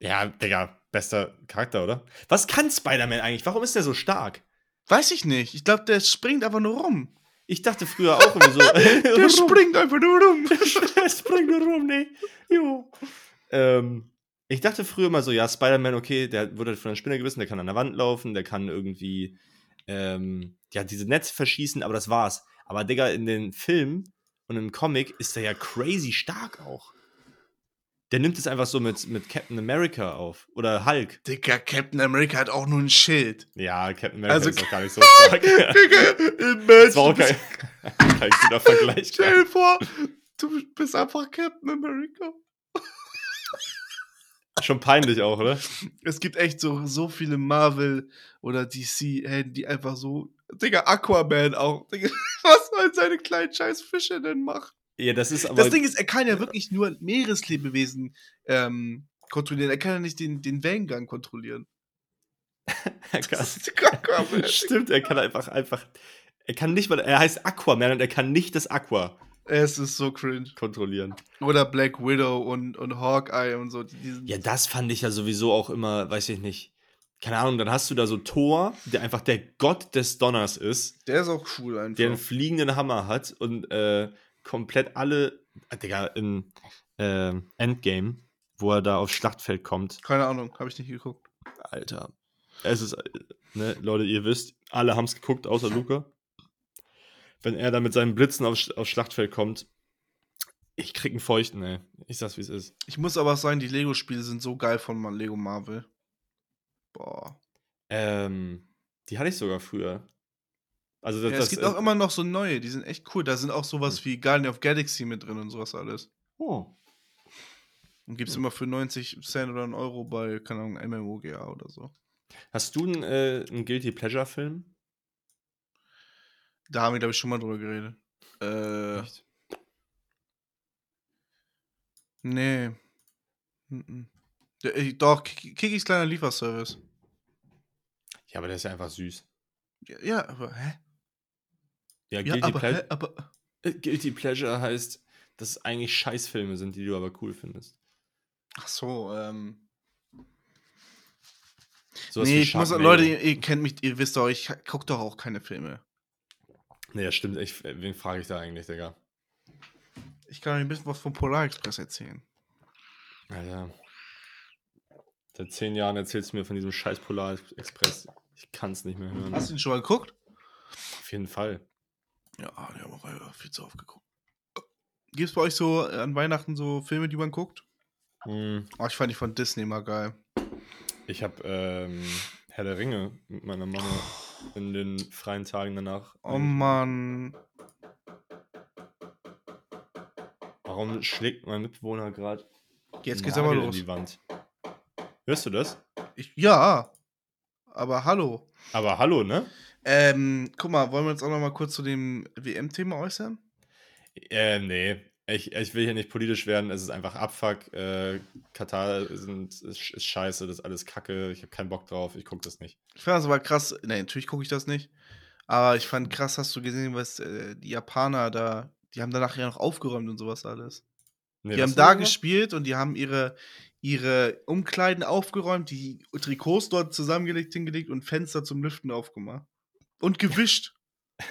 Ja, Digga, bester Charakter, oder? Was kann Spider-Man eigentlich? Warum ist der so stark?
Weiß ich nicht. Ich glaube, der springt einfach nur rum.
Ich dachte früher auch immer so.
Der springt einfach nur rum.
Der springt nur rum, ne? Jo. Ähm, ich dachte früher mal so, ja, Spider-Man, okay, der wurde halt von der Spinne gebissen, der kann an der Wand laufen, der kann irgendwie, ähm, ja, diese Netze verschießen, aber das war's. Aber Digga, in den Filmen und im Comic ist der ja crazy stark auch. Der nimmt es einfach so mit, mit Captain America auf. Oder Hulk.
Dicker, Captain America hat auch nur ein Schild.
Ja, Captain America
Also-
ist auch gar nicht so stark. das
Imagine.
war auch kein, kein guter Vergleich.
Stell dir vor, du bist einfach Captain America.
Schon peinlich auch, oder?
Es gibt echt so, so viele Marvel oder DC-Helden, die einfach so. Digga, Aquaman auch. Digga, was halt seine kleinen scheiß Fische denn macht.
Ja, das ist aber.
das Ding ist, er kann ja wirklich nur Meereslebewesen ähm, kontrollieren. Er kann ja nicht den, den Wellengang kontrollieren. Das ist Aquaman.
Stimmt, er kann einfach, einfach. Er kann nicht mal. Er heißt Aquaman und er kann nicht das Aqua
es ist so cringe.
kontrollieren.
Oder Black Widow und, und Hawkeye und so. Die, die sind,
Ja, das fand ich ja sowieso auch immer, weiß ich nicht. Keine Ahnung, dann hast du da so Thor, der einfach der Gott des Donners ist,
Der ist auch cool einfach.
der einen fliegenden Hammer hat und äh, komplett alle. Ah, Digga, im äh, Endgame, wo er da aufs Schlachtfeld kommt.
Keine Ahnung, habe ich nicht geguckt.
Alter. Es ist, äh, ne, Leute, ihr wisst, alle haben es geguckt, außer Luca. Wenn er da mit seinen Blitzen aufs, aufs Schlachtfeld kommt, ich krieg einen Feuchten, ey. Ich sag's, wie es ist.
Ich muss aber sagen, die Lego-Spiele sind so geil von Ma- Lego Marvel. Boah.
Ähm, die hatte ich sogar früher. Also, das,
Ja,
das Hm.
es gibt auch immer noch so neue, die sind echt cool. Da sind auch sowas wie Guardian of Galaxy mit drin und sowas alles.
Oh.
Und
Hm.
gibt's immer für 90 Cent oder einen Euro bei, keine Ahnung, MMOGA oder so.
Hast du einen, äh, einen Guilty Pleasure-Film?
Da haben wir, glaube ich, schon mal drüber geredet. Äh,
Echt?
nee. Mhm. Der, äh, doch, Kiki- Kikis kleiner Lieferservice.
Ja, aber der ist ja einfach süß.
Ja, ja aber hä?
Ja,
Ja,
Guilty,
aber,
Ple
hä? aber.
äh, Guilty Pleasure heißt, dass es eigentlich Scheißfilme sind, die du aber cool findest.
Ach so, ähm.
Sowas
nee,
wie
ich muss,
Sharknado.
Leute, ihr, ihr kennt mich, ihr wisst doch, ich guck doch auch keine Filme.
Nee, das stimmt. Ich, wen frage ich da eigentlich, Digga?
Ich kann euch ein bisschen was vom Polar Express erzählen.
Alter. Seit zehn Jahren erzählst du mir von diesem scheiß Polar Express. Ich kann es nicht mehr hören.
Hast du ihn schon mal geguckt?
Auf jeden Fall.
Ja, ich habe auch äh, viel zu oft geguckt. Gibt's bei euch so äh, an Weihnachten so Filme, die man guckt?
Hm,
Oh, ich fand die von Disney mal geil.
Ich habe ähm, Herr der Ringe mit meiner Mama in den freien Tagen danach.
Oh Mann.
Warum schlägt mein Mitbewohner gerade
Jetzt geht's aber
in
los.
die Wand? Hörst du das?
Ich, ja. Aber hallo.
Aber hallo, ne?
Ähm, guck mal, wollen wir uns auch noch mal kurz zu dem WM-Thema äußern?
Äh, nee. Ich, ich will hier nicht politisch werden, es ist einfach Abfuck. Äh, Katar sind, ist, ist scheiße, das ist alles Kacke, ich habe keinen Bock drauf, ich gucke das nicht.
Ich fand das aber krass. Nee, natürlich gucke ich das nicht. Aber ich fand krass, hast du gesehen, was äh, die Japaner da, die haben danach ja noch aufgeräumt und sowas alles.
Nee,
die
das
haben da
war-
gespielt und die haben ihre, ihre Umkleiden aufgeräumt, die Trikots dort zusammengelegt, hingelegt und Fenster zum Lüften aufgemacht. Und gewischt.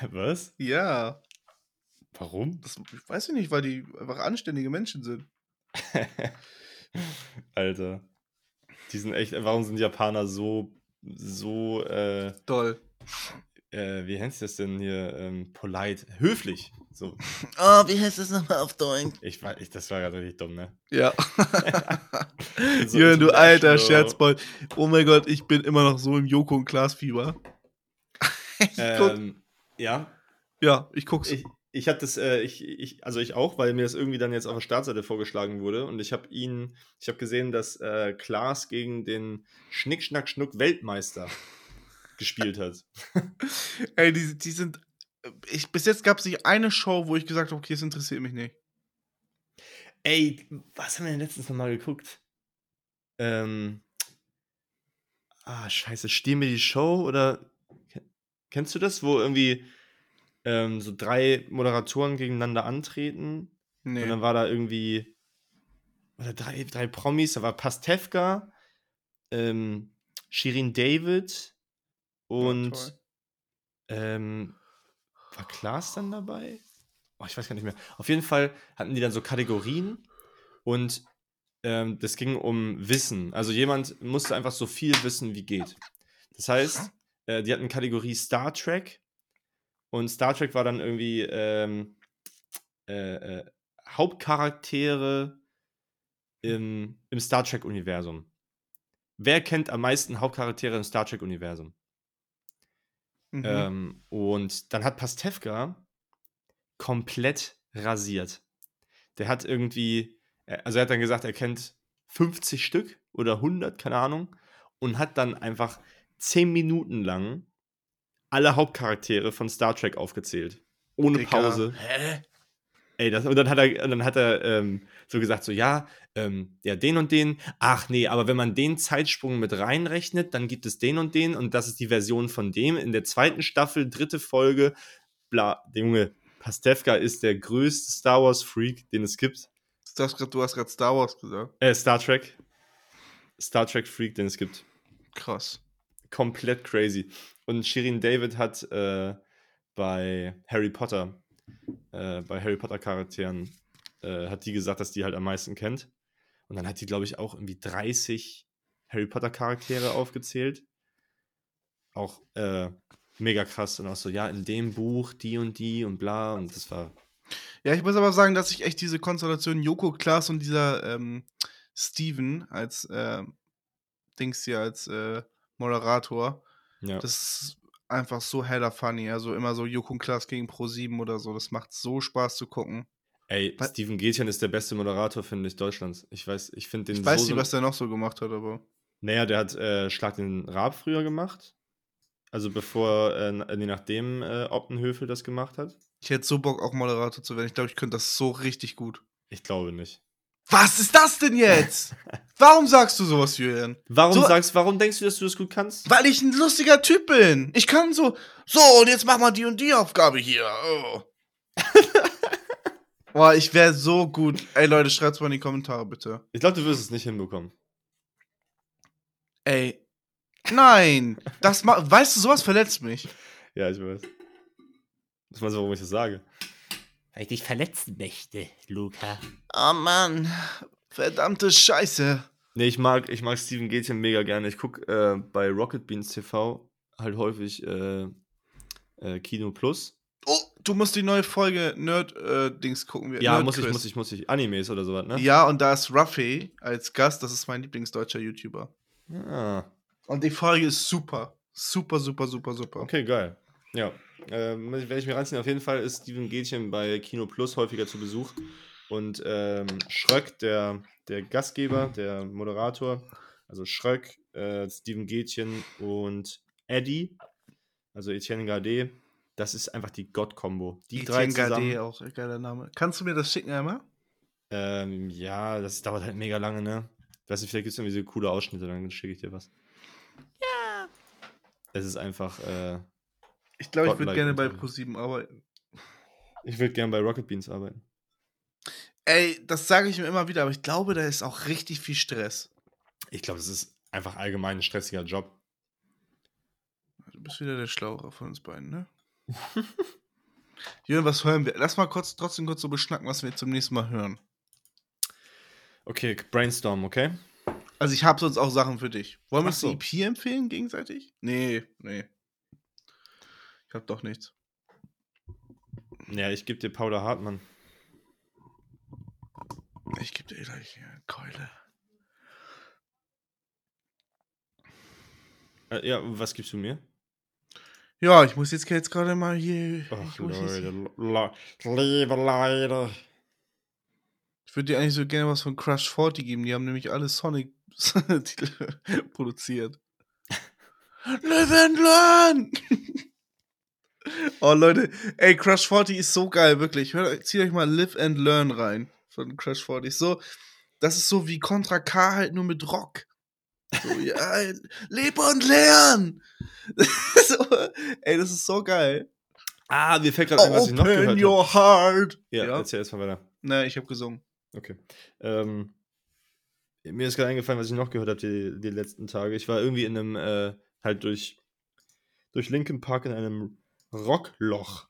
Was?
ja.
Warum?
Das ich weiß ich nicht, weil die einfach anständige Menschen sind.
Alter. Die sind echt, warum sind Japaner so, so, äh,
Toll.
äh, wie heißt das denn hier? Ähm, polite, höflich. So,
Oh, wie heißt das nochmal auf Deutsch?
ich war, ich, das war gerade richtig dumm, ne?
Ja.
So
Jürgen, du alter
international.
Scherzbold. Oh mein Gott, ich bin immer noch so im Joko und Klaas Fieber. ich guck,
Ähm, ja,
ja, ich guck's.
ich, ich habe das, äh, ich, ich, also ich auch, weil mir das irgendwie dann jetzt auf der Startseite vorgeschlagen wurde und ich habe ihn, ich habe gesehen, dass äh, Klaas gegen den Schnick-Schnack-Schnuck-Weltmeister gespielt hat.
Ey, die, die sind. Ich, bis jetzt gab es nicht eine Show, wo ich gesagt habe, okay, es interessiert mich nicht.
Ey, was haben wir denn letztens nochmal geguckt? Ähm. Ah, scheiße, stehen mir die Show oder. Ken- Kennst du das, wo irgendwie ähm, so drei Moderatoren gegeneinander antreten?
Nee.
Und dann war da irgendwie. Oder drei, drei Promis, da war Pastewka, ähm, Shirin David und.
toll.
ähm, war Klaas dann dabei? Oh, ich weiß gar nicht mehr. Auf jeden Fall hatten die dann so Kategorien und ähm, das ging um Wissen. Also jemand musste einfach so viel wissen, wie geht. Das heißt, äh, die hatten Kategorie Star Trek und Star Trek war dann irgendwie ähm, äh, äh, Hauptcharaktere im, im Star Trek-Universum. Wer kennt am meisten Hauptcharaktere im Star Trek-Universum?
mhm.
Ähm, und dann hat Pastewka komplett rasiert. Der hat irgendwie, er- also er hat dann gesagt, er kennt 50 Stück oder 100, keine Ahnung, und hat dann einfach 10 Minuten lang alle Hauptcharaktere von Star Trek aufgezählt. Ohne
Dicker.
Pause.
Hä?
Ey, das, und dann hat er, und dann hat er ähm, so gesagt, so ja, ähm, ja, den und den. Ach nee, aber wenn man den Zeitsprung mit reinrechnet, dann gibt es den und den und das ist die Version von dem in der zweiten Staffel, dritte Folge. Bla, der Junge, Pastewka ist der größte Star Wars Freak, den es gibt.
Du hast grad- Du hast gerade Star Wars gesagt.
Äh, Star Trek. Star Trek Freak, den es gibt.
Krass.
komplett crazy. Und Shirin David hat äh, bei Harry Potter, äh, bei Harry Potter Charakteren, äh, hat die gesagt, dass die halt am meisten kennt. Und dann hat die, glaube ich, auch irgendwie 30 Harry Potter Charaktere aufgezählt. Auch äh, mega krass. Und auch so, ja, in dem Buch, die und die und bla. Und das war.
Ja, ich muss aber sagen, dass ich echt diese Konstellation Joko, Klaas und dieser ähm, Steven als äh, Dings hier, als äh, Moderator,
Ja.
das ist einfach so heller funny. Also immer so Joko und Klaas gegen Pro7 oder so. Das macht so Spaß zu gucken.
Ey,
Wa-
Steven Gätchen ist der beste Moderator, finde ich, Deutschlands. Ich weiß, ich finde den
Ich weiß
so,
nicht,
so
was der noch so gemacht hat, aber.
Naja, der hat äh, Schlag den Raab früher gemacht. Also bevor, äh, nee, nachdem äh, Optenhöfel das gemacht hat.
Ich hätte so Bock, auch Moderator zu werden. Ich glaube, ich könnte das so richtig gut.
Ich glaube nicht.
Was ist das denn jetzt? Warum sagst du sowas, Julian?
Warum
So-
sagst, warum denkst du, dass du das gut kannst?
Weil ich ein lustiger Typ bin. Ich kann so, so, und jetzt mach mal die und die Aufgabe hier. Oh. Boah, ich wäre so gut. Ey, Leute, schreibt's mal in die Kommentare, bitte.
Ich glaube, du wirst es nicht hinbekommen.
Ey. Nein. Das ma weißt du, sowas verletzt mich.
Ja, ich weiß. Das meinst du, warum ich das sage?
Weil ich dich verletzen möchte, Luca.
Oh Mann. Verdammte Scheiße.
Nee, ich mag, ich mag Steven Gätchen mega gerne. Ich gucke äh, bei Rocket Beans TV halt häufig äh, äh, Kino Plus.
Oh, du musst die neue Folge Nerd-Dings gucken. wir-
Ja,
Nerd
muss ich,
Quiz.
muss ich, muss ich. Animes oder sowas, ne?
Ja, und da ist Ruffy als Gast. Das ist mein Lieblingsdeutscher YouTuber.
Ah,
Und die Folge ist super. Super, super, super, super.
okay, geil. Ja, ähm, werde ich mir reinziehen. Auf jeden Fall ist Steven Gätchen bei Kino Plus häufiger zu Besuch. Und ähm, Schröck, der, der Gastgeber, der Moderator, also Schröck, äh, Steven Gätchen und Eddie, also Etienne Gade, das ist einfach die Gott-Kombo. Die drei
Etienne Gade
zusammen.
auch, äh, geiler Name. Kannst du mir das schicken einmal?
Ähm, ja, das dauert halt mega lange, ne? Ich weiß nicht, vielleicht gibt es irgendwie so coole Ausschnitte, dann schicke ich dir was. Ja. Es ist einfach, äh,
Ich glaube, ich würde
Spotlight
gerne bei
und so.
Pro7 arbeiten.
ich würde gerne bei Rocket Beans arbeiten.
Ey, das sage ich mir immer wieder, aber ich glaube, da ist auch richtig viel Stress.
Ich glaube, das ist einfach allgemein ein stressiger Job.
Du bist wieder der Schlauere von uns beiden, ne? Jürgen, was hören wir? Lass mal kurz, trotzdem kurz so beschnacken, was wir zum nächsten Mal hören.
Okay, brainstorm, okay?
Also ich habe sonst auch Sachen für dich. Wollen wir
Ach
uns
so.
die EP empfehlen gegenseitig? Nee, nee. Ich habe doch nichts.
Ja, ich gebe dir Paula Hartmann.
Ich gebe dir gleich eine Keule.
Äh, ja, was gibst du mir?
Ja, ich muss jetzt, jetzt gerade mal hier.
Ach,
ich, muss jetzt,
Leute, le liebe Leute.
ich würde dir eigentlich so gerne was von Crush 40 geben. Die haben nämlich alle Sonic-Titel produziert. Live and learn! oh, Leute. Ey, Crush 40 ist so geil, wirklich. Hört, zieht euch mal Live and Learn rein von Crush 40. So, das ist so wie Contra K halt nur mit Rock. So, ja, leb und lern! so, ey, das ist so geil.
Ah, mir fällt gerade ein, was ich noch gehört habe.
your heart.
Ja,
Ja,
ja, erzähl erstmal weiter.
Nein, ich habe gesungen.
Okay. Ähm, mir ist gerade eingefallen, was ich noch gehört habe die, die letzten Tage. Ich war irgendwie in einem, äh, halt durch, durch Linkin Park in einem Rockloch.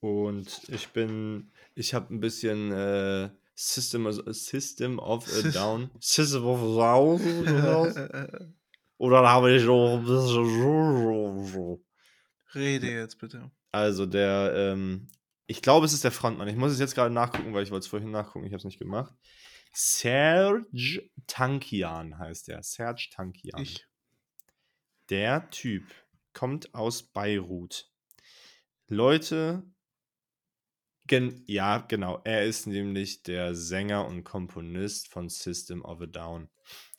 Und ich bin, ich habe ein bisschen äh, System, System of a
Sys-
Down. System of a Down. Oder habe ich auch ein bisschen.
Rede jetzt bitte.
Also der, ähm, ich glaube, es ist der Frontmann. Ich muss es jetzt gerade nachgucken, weil ich wollte es vorhin nachgucken. Ich habe es nicht gemacht. Serge Tankian heißt der. Serge Tankian.
Ich.
Der Typ kommt aus Beirut. Leute, gen ja, genau. Er ist nämlich der Sänger und Komponist von System of a Down.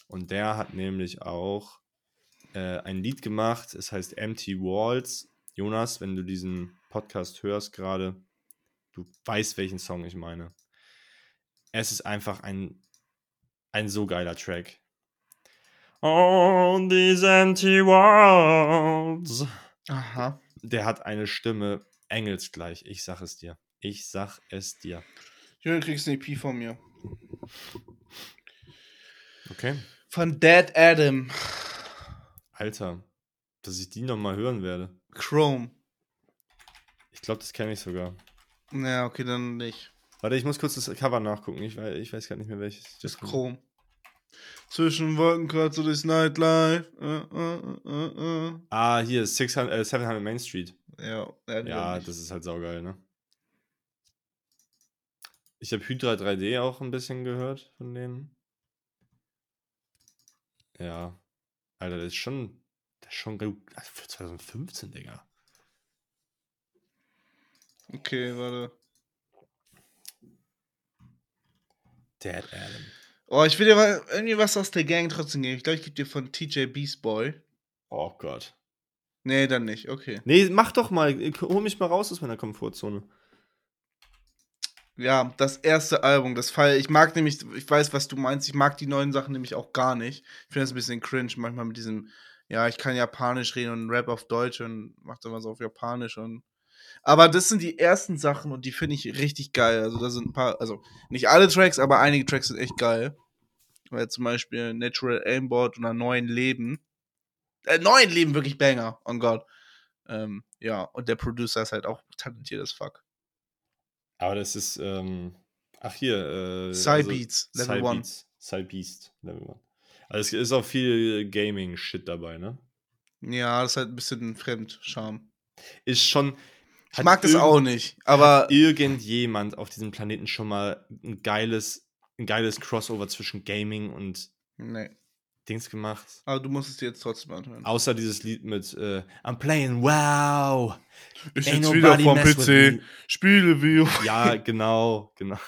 Und der hat nämlich auch äh, ein Lied gemacht. Es heißt Empty Walls. Jonas, wenn du diesen Podcast hörst gerade, du weißt, welchen Song ich meine. Es ist einfach ein, ein so geiler Track. On these empty walls.
Aha.
Der hat eine Stimme engelsgleich. Ich sag es dir. Ich sag es dir.
Jürgen, kriegst eine EP von mir.
Okay.
Von Dead Adam.
Alter, dass ich die nochmal hören werde.
Chrome.
Ich glaube, das kenne ich sogar.
Naja, okay, dann nicht.
Warte, ich muss kurz das Cover nachgucken. Ich weiß, ich weiß gar nicht mehr welches.
Das ist Chrome. Zwischen Wolkenkratzer durchs Nightlife. Äh, äh, äh, äh.
Ah, hier, 600, äh, 700 Main Street.
Ja, ja, die
Ja,
werden nicht.
das ist halt saugeil, ne? Ich habe Hydra 3D auch ein bisschen gehört von denen. Ja. Alter, das ist schon. Das ist schon gut. Also für 2015, Digga.
Okay, warte.
Dead Adam.
Oh, ich will dir mal irgendwie was aus der Gang trotzdem geben. Ich glaube, ich gebe dir von TJ Beast Boy.
Oh Gott.
Nee, dann nicht. Okay.
Nee, mach doch mal. Hol mich mal raus aus meiner Komfortzone.
Ja, das erste Album, das Fall. Ich mag nämlich, ich weiß, was du meinst, ich mag die neuen Sachen nämlich auch gar nicht. Ich finde das ein bisschen cringe, manchmal mit diesem, ja, ich kann Japanisch reden und Rap auf Deutsch und macht dann was auf Japanisch und. Aber das sind die ersten Sachen und die finde ich richtig geil. Also, da sind ein paar, also nicht alle Tracks, aber einige Tracks sind echt geil. Weil zum Beispiel Natural Aimboard oder Neuen Leben. Äh, Neuen Leben wirklich Banger, oh Gott. Ähm, ja, und der Producer ist halt auch talentiert as fuck.
Aber das ist. Ähm, ach, hier. Äh,
Psybeats,
also,
Level 1.
Psybeats. Psybeast, Level 1. Also, es ist auch viel Gaming-Shit dabei, ne?
Ja, das ist halt ein bisschen Fremdscham.
Ist schon.
Ich mag das auch nicht, aber
Hat irgendjemand auf diesem Planeten schon mal ein geiles, ein geiles Crossover zwischen Gaming und
nee.
Dings gemacht?
Aber du musst es dir jetzt trotzdem anhören.
Außer dieses Lied mit äh, I'm playing wow.
Ich
Ain't nobody mess with me.
spiele wie.
Ja, genau, genau.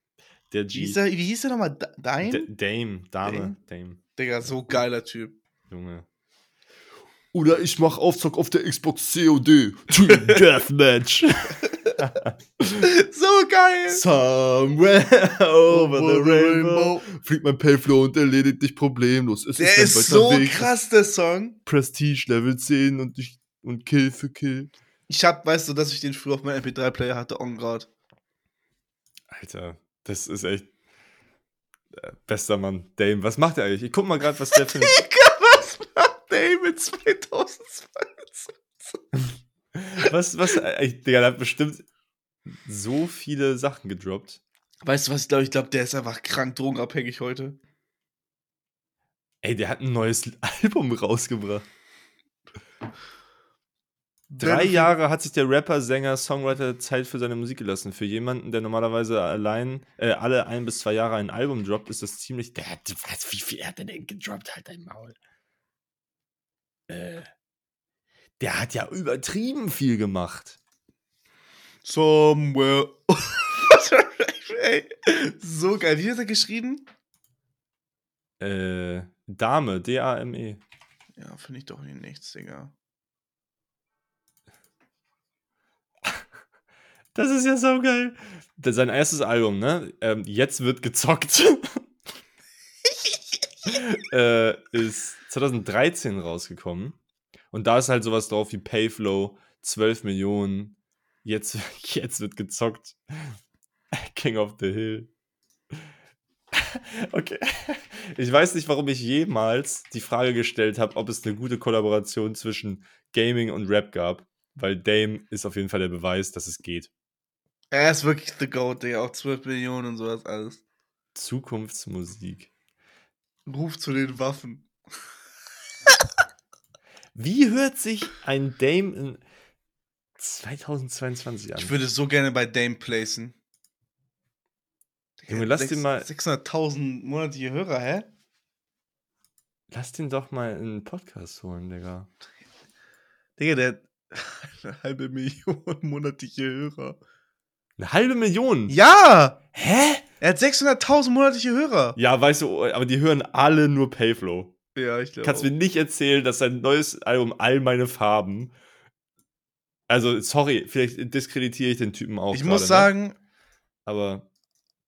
Der
Wie
G.
hieß der, wie hieß der nochmal? Da- Dein?
D Dame, Dame, Dame,
Digga, so geiler Typ.
Junge.
Oder ich mach Aufzug auf der Xbox COD. Team Deathmatch.
So geil!
Somewhere over the rainbow. Fliegt mein Payflow und erledigt dich problemlos. Es
Der
ein
ist
weiter
so
Weg.
krass, der Song.
Prestige Level 10 und, ich, und Kill für Kill.
Ich hab, weißt du, dass ich den früher auf meinem MP3-Player hatte, on God.
Alter, Das ist echt. äh, Bester Mann, Dame. Was macht er eigentlich? Ich guck mal gerade, was der für.
Was macht David 2022?
was, was, ey, Digga, der hat bestimmt so viele Sachen gedroppt.
Weißt du was, ich glaube, ich glaube, der ist einfach krank drogenabhängig heute.
Ey, der hat ein neues Album rausgebracht. Drei
Benefit-
Jahre hat sich der Rapper, Sänger, Songwriter Zeit für seine Musik gelassen. Für jemanden, der normalerweise allein, äh, alle ein bis zwei Jahre ein Album droppt, ist das ziemlich.
Der hat, was, wie viel hat er denn gedroppt? Halt dein Maul.
Äh, der hat ja übertrieben viel gemacht.
Somewhere. Ey, so geil. Wie hat er geschrieben?
Äh, Dame, D-A-M-E.
Ja, finde ich doch hier nichts, Digga.
Das ist ja so geil. Das- Sein erstes Album, ne? Ähm, jetzt wird gezockt. äh, ist 2013 rausgekommen. Und da ist halt sowas drauf wie Payflow, 12 Millionen. Jetzt, jetzt wird gezockt. King of the Hill. Okay. Ich weiß nicht, warum ich jemals die Frage gestellt habe, ob es eine gute Kollaboration zwischen Gaming und Rap gab. Weil Dame ist auf jeden Fall der Beweis, dass es geht.
Er ist wirklich The Goat, Digga. Auch 12 Millionen und sowas alles.
Zukunftsmusik.
Ruf zu den Waffen.
Wie hört sich ein Dame in 2022 an?
Ich würde es so gerne bei Dame placen. Digga,
Junge, lass
sechs-
den mal-
600.000 monatliche Hörer, hä?
Lass den doch mal in einen Podcast holen, Digga.
Digga, der hat eine halbe Million monatliche Hörer.
Eine halbe Million?
Ja!
Hä?
Er hat 600.000 monatliche Hörer.
Ja, weißt du, aber die hören alle nur Payflow.
Ja, ich glaube.
Kannst mir nicht erzählen, dass sein neues Album All meine Farben. Also, sorry, vielleicht diskreditiere ich den Typen auch.
Ich
gerade,
muss
ne?
sagen,
Aber.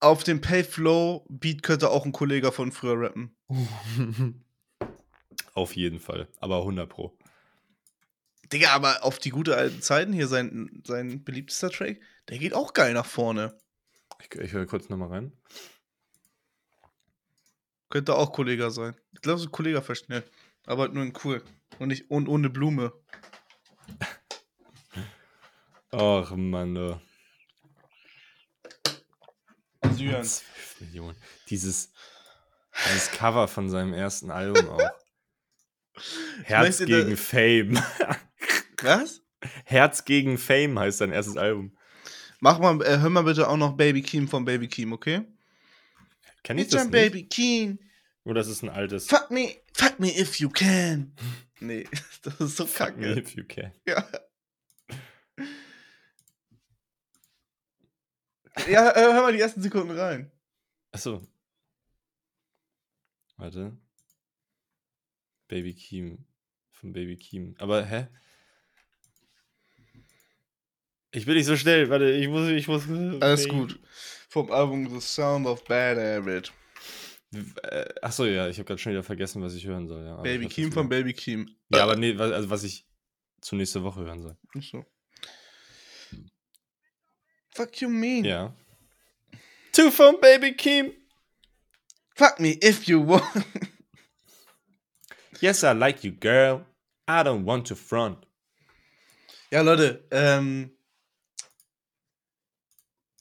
auf dem Payflow-Beat könnte auch ein Kollege von früher rappen.
auf jeden Fall. Aber 100 Pro.
Digga, aber auf die gute alten Zeiten hier sein, sein beliebtester Track, der geht auch geil nach vorne.
Ich, ich höre kurz nochmal rein.
Könnte auch Kollege sein. Ich glaube, so ein Kollege verschnell. Aber halt nur in cool. Und nicht und ohne Blume.
Ach, Mann, du.
Syren.
12 Millionen. Dieses, dieses Cover von seinem ersten Album auch. Herz
möchte da-
gegen Fame.
Was?
Herz gegen Fame heißt sein erstes Album.
Mach mal, äh, hör mal bitte auch noch Baby Keem von Baby Keem, okay?
Kenn ich
It's
das
I'm
nicht?
Baby Keem.
Oder das ist ein altes.
Fuck me, fuck me if you can. Nee, das ist so
Fuck me
kacke.
if you can.
Ja. ja, äh, hör mal die ersten Sekunden rein.
Achso. Warte. Baby Keem. Von Baby Keem. Aber hä? Ich bin nicht so schnell. Warte, ich muss. Ich muss
Alles gut. Vom Album The Sound of Bad Habit.
Achso, Äh, ja, ich habe gerade schon wieder vergessen, was ich hören soll. Ja, aber ich
Baby
weiß,
Keem
was
von
du-
Baby Keem.
Ja, aber nee, was, also was ich zur nächste Woche hören soll.
Ach So. Fuck you mean.
Ja. Two von Baby Keem.
Fuck me if you want.
Yes, I like you, girl. I don't want to front.
Ja, Leute, ähm.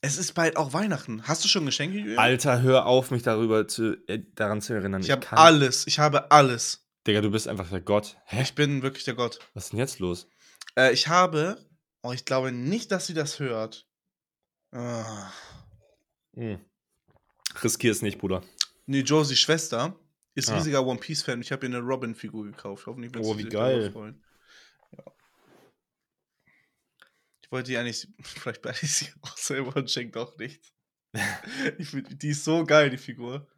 Es ist bald auch Weihnachten. Hast du schon Geschenke, Julian?
Alter, hör auf, mich darüber zu, äh, daran zu erinnern.
ich habe
kann-
alles. Ich habe alles.
Digga, du bist einfach der Gott. Hä?
Ich bin wirklich der Gott.
Was ist denn jetzt los?
Äh, ich habe. Oh, ich glaube nicht, dass sie das hört. Ah.
Hm. Riskier es nicht, Bruder.
Nee, Josies Schwester ist
Ah.
riesiger One Piece-Fan. Ich habe ihr eine Robin-Figur gekauft. Hoffentlich wird
Oh,
sie
wie
sich darüber
geil.
freuen. Ja. Ich wollte die eigentlich. Vielleicht behalte ich sie auch selber und schenkt auch nichts. ich, find- die ist so geil, die Figur.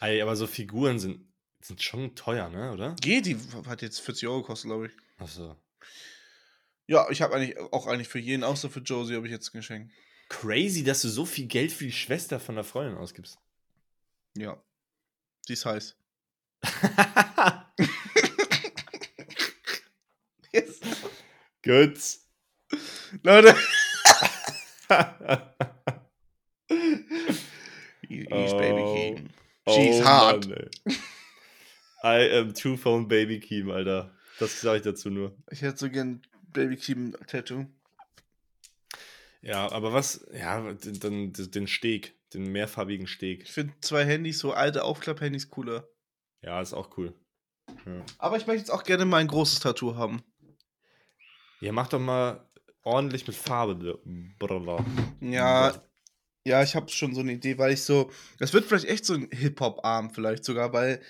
Ey, aber so Figuren sind, sind schon teuer, ne, oder? Also,
Geht, die hat jetzt 40 Euro gekostet, glaube ich.
Achso.
Ja, ich habe eigentlich auch eigentlich für jeden, außer für Josie, habe ich jetzt ein Geschenk.
Crazy, dass du so viel Geld für die Schwester von der Freundin ausgibst.
Ja. Die ist heiß. Yes.
Gut.
Leute, You eat Baby
Oh.
King. She's hard.
Mann, ey. I am Two Phone Baby Keem, Alter. Das sage ich dazu nur.
Ich hätte so gern Baby Kim Tattoo.
Ja, aber was, ja, den, den, den Steg, den mehrfarbigen Steg.
Ich finde zwei Handys, so alte Aufklapp-Handys cooler.
Ja, ist auch cool. Ja.
Aber ich möchte jetzt auch gerne mal ein großes Tattoo haben.
ja, mach doch mal ordentlich mit Farbe. Oh du Brrrr.
Ja, ja, ich habe schon so eine Idee, weil ich so, das wird vielleicht echt so ein Hip-Hop-Arm vielleicht sogar, weil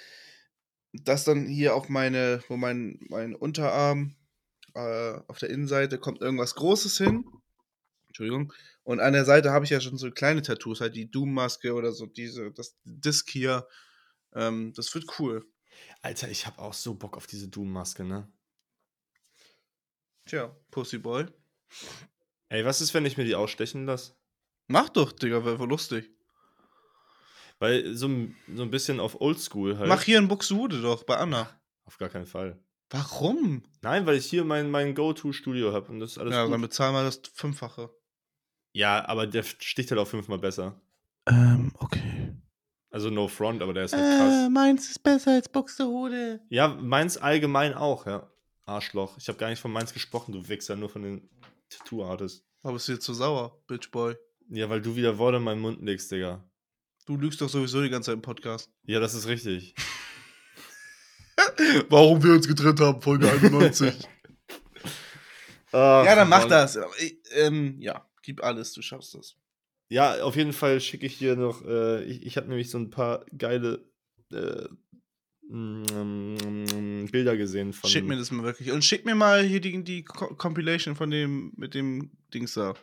das dann hier auf meine, wo mein, mein Unterarm äh, auf der Innenseite kommt irgendwas Großes hin. Entschuldigung. Und an der Seite habe ich ja schon so kleine Tattoos, halt die Doom-Maske oder so, diese, das Disc hier. Ähm, das wird cool.
Alter, ich hab auch so Bock auf diese Doom-Maske, ne?
Tja, Pussyboy.
Ey, was ist, wenn ich mir die ausstechen lasse?
Mach doch, Digga, wäre voll lustig.
Weil so, ein- so ein bisschen auf Oldschool halt.
Mach hier in Buxtehude doch, bei Anna.
Auf gar keinen Fall.
Warum?
Nein, weil ich hier mein, mein Go-To-Studio hab und das ist alles
ja,
gut.
dann bezahlen wir das Fünffache.
Ja, aber der sticht halt auch fünfmal besser.
Ähm, okay.
Also no front, aber der ist halt krass.
Äh, meins ist besser als Buxtehude.
Ja, Mainz allgemein auch, ja. Arschloch. Ich habe gar nicht von Mainz gesprochen, du Wichser, nur von den Tattoo-Artists.
Aber bist du jetzt so sauer, Bitchboy?
Ja, weil du wieder Worte in meinen Mund legst, Digga.
Du lügst doch sowieso die ganze Zeit im Podcast.
Ja, das ist richtig.
Warum wir uns getrennt haben, Folge 91. ja, dann mach das. Ich- Ähm, ja, gib alles, du schaffst das.
Ja, auf jeden Fall schicke ich dir noch. Äh, ich ich habe nämlich so ein paar geile äh, mm, mm, Bilder gesehen von.
Schick mir das mal wirklich. Und schick mir mal hier die, die Co Compilation von dem, mit dem Dings da.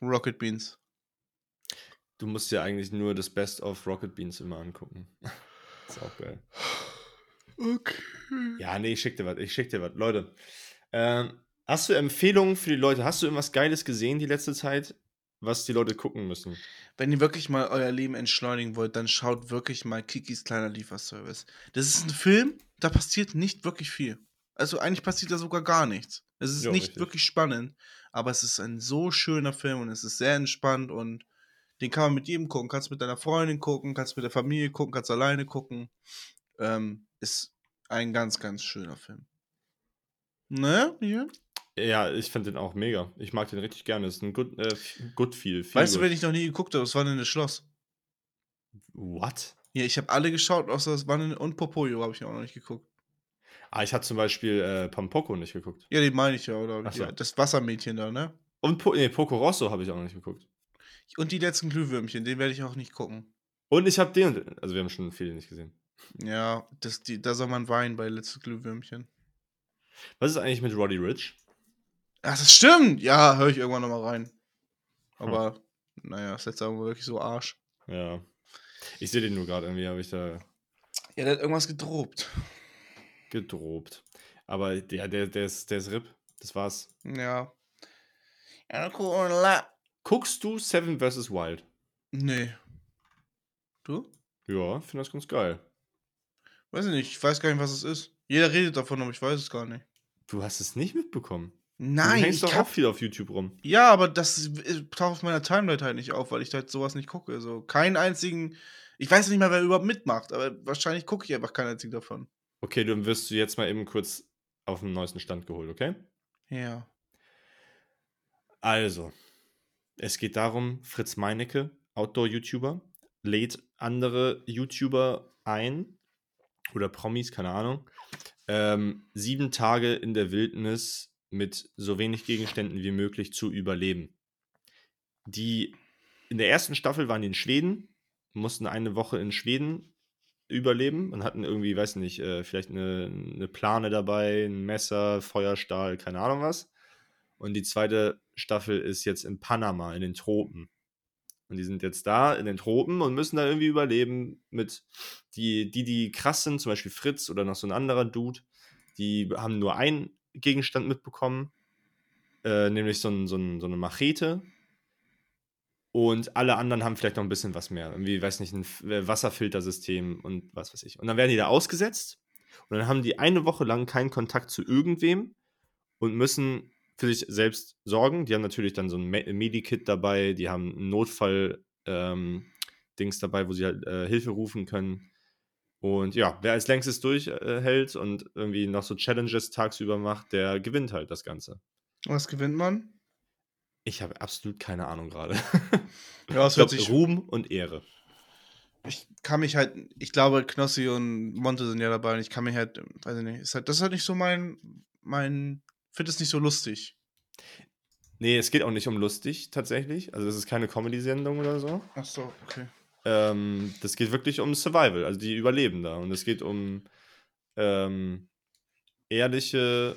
Rocket Beans.
Du musst dir eigentlich nur das Best of Rocket Beans immer angucken. ist auch geil.
Okay.
Ja, nee, ich schick dir was. Ich schick dir was. Leute, ähm, hast du Empfehlungen für die Leute? Hast du irgendwas Geiles gesehen die letzte Zeit, was die Leute gucken müssen?
Wenn ihr wirklich mal euer Leben entschleunigen wollt, dann schaut wirklich mal Kikis kleiner Lieferservice. Das ist ein
Mhm.
Film, da passiert nicht wirklich viel. Also eigentlich passiert da sogar gar nichts. Es ist
Ja,
nicht
richtig.
wirklich spannend, aber es ist ein so schöner Film und es ist sehr entspannt und den kann man mit jedem gucken. Kannst mit deiner Freundin gucken, kannst mit der Familie gucken, kannst alleine gucken. Ähm, ist ein ganz, ganz schöner Film. Ne? Hier?
Ja, ich finde den auch mega. Ich mag den richtig gerne. Das ist ein gut, äh, gut viel. viel
Weißt du,
gut.
wen ich noch nie geguckt habe? Das war denn das Schloss.
What?
Ja, ich habe alle geschaut, außer das Wandeln und Popoyo habe ich auch noch nicht geguckt.
Ah, ich habe zum Beispiel äh, Pampoko nicht geguckt.
Ja, den meine ich ja, oder?
Ach so.
Ja, das Wassermädchen da, ne?
Und po nee, Poco Rosso habe ich auch nicht geguckt.
Und die letzten Glühwürmchen, den werde ich auch nicht gucken.
Und ich habe den und den. Also, wir haben schon viele nicht gesehen.
Ja, das, die, da soll man weinen bei letztes Glühwürmchen.
Was ist eigentlich mit Roddy Rich?
Ach, das stimmt! Ja, höre ich irgendwann nochmal rein.
Hm.
Aber, naja, ist jetzt sagen wir wirklich so Arsch.
Ja. Ich sehe den nur gerade irgendwie, habe ich da
Ja, der hat irgendwas gedrobt.
gedrobt. Aber der, der, der, ist, der ist RIP. Das war's.
Ja. Ja, cool und la.
Guckst du Seven vs. Wild?
Nee. Du?
Ja, finde das ganz geil.
Weiß ich nicht, ich weiß gar nicht, was es ist. Jeder redet davon, aber ich weiß es gar nicht.
Du hast es nicht mitbekommen.
Nein,
du hängst
ich
doch
hab
auch viel auf YouTube rum.
Ja, aber das äh, taucht auf meiner Timeline halt nicht auf, weil ich halt sowas nicht gucke. So keinen einzigen. Ich weiß nicht mal, wer überhaupt mitmacht, aber wahrscheinlich gucke ich einfach keinen einzigen davon.
Okay, dann wirst du jetzt mal eben kurz auf den neuesten Stand geholt, okay?
Ja.
Also, es geht darum, Fritz Meinecke, Outdoor-YouTuber, lädt andere YouTuber ein oder Promis, keine Ahnung, ähm, sieben Tage in der Wildnis mit so wenig Gegenständen wie möglich zu überleben. Die in der ersten Staffel waren die in Schweden, mussten eine Woche in Schweden überleben und hatten irgendwie, weiß nicht, äh, vielleicht eine, eine Plane dabei, ein Messer, Feuerstahl, keine Ahnung was. Und die zweite Staffel ist jetzt in Panama, in den Tropen. Und die sind jetzt da in den Tropen und müssen da irgendwie überleben mit die, die, die krass sind, zum Beispiel Fritz oder noch so ein anderer Dude, die haben nur einen Gegenstand mitbekommen, äh, nämlich so, ein, so, ein, so eine Machete. Und alle anderen haben vielleicht noch ein bisschen was mehr. Irgendwie, weiß nicht, ein F- äh, Wasserfiltersystem und was weiß ich. Und dann werden die da ausgesetzt und dann haben die eine Woche lang keinen Kontakt zu irgendwem und müssen für sich selbst sorgen. Die haben natürlich dann so ein Me- Medikit dabei, die haben einen Notfall, ähm, Dings dabei, wo sie halt äh, Hilfe rufen können. Und ja, wer als längstes durchhält und irgendwie noch so Challenges tagsüber macht, der gewinnt halt das Ganze.
Was gewinnt man?
Ich habe absolut keine Ahnung gerade.
Ja, es
Ich
hört
glaub,
sich.
Ruhm und Ehre.
Ich kann mich halt. Ich glaube, Knossi und Monte sind ja dabei und ich kann mich halt. Weiß ich nicht. Ist halt, das ist halt nicht so mein. mein Finde es nicht so lustig.
Nee, es geht auch nicht um lustig tatsächlich. Also das ist keine Comedy-Sendung oder so.
Ach so, okay.
Ähm, das geht wirklich um Survival, also die Überleben da. Und es geht um ähm, ehrliche,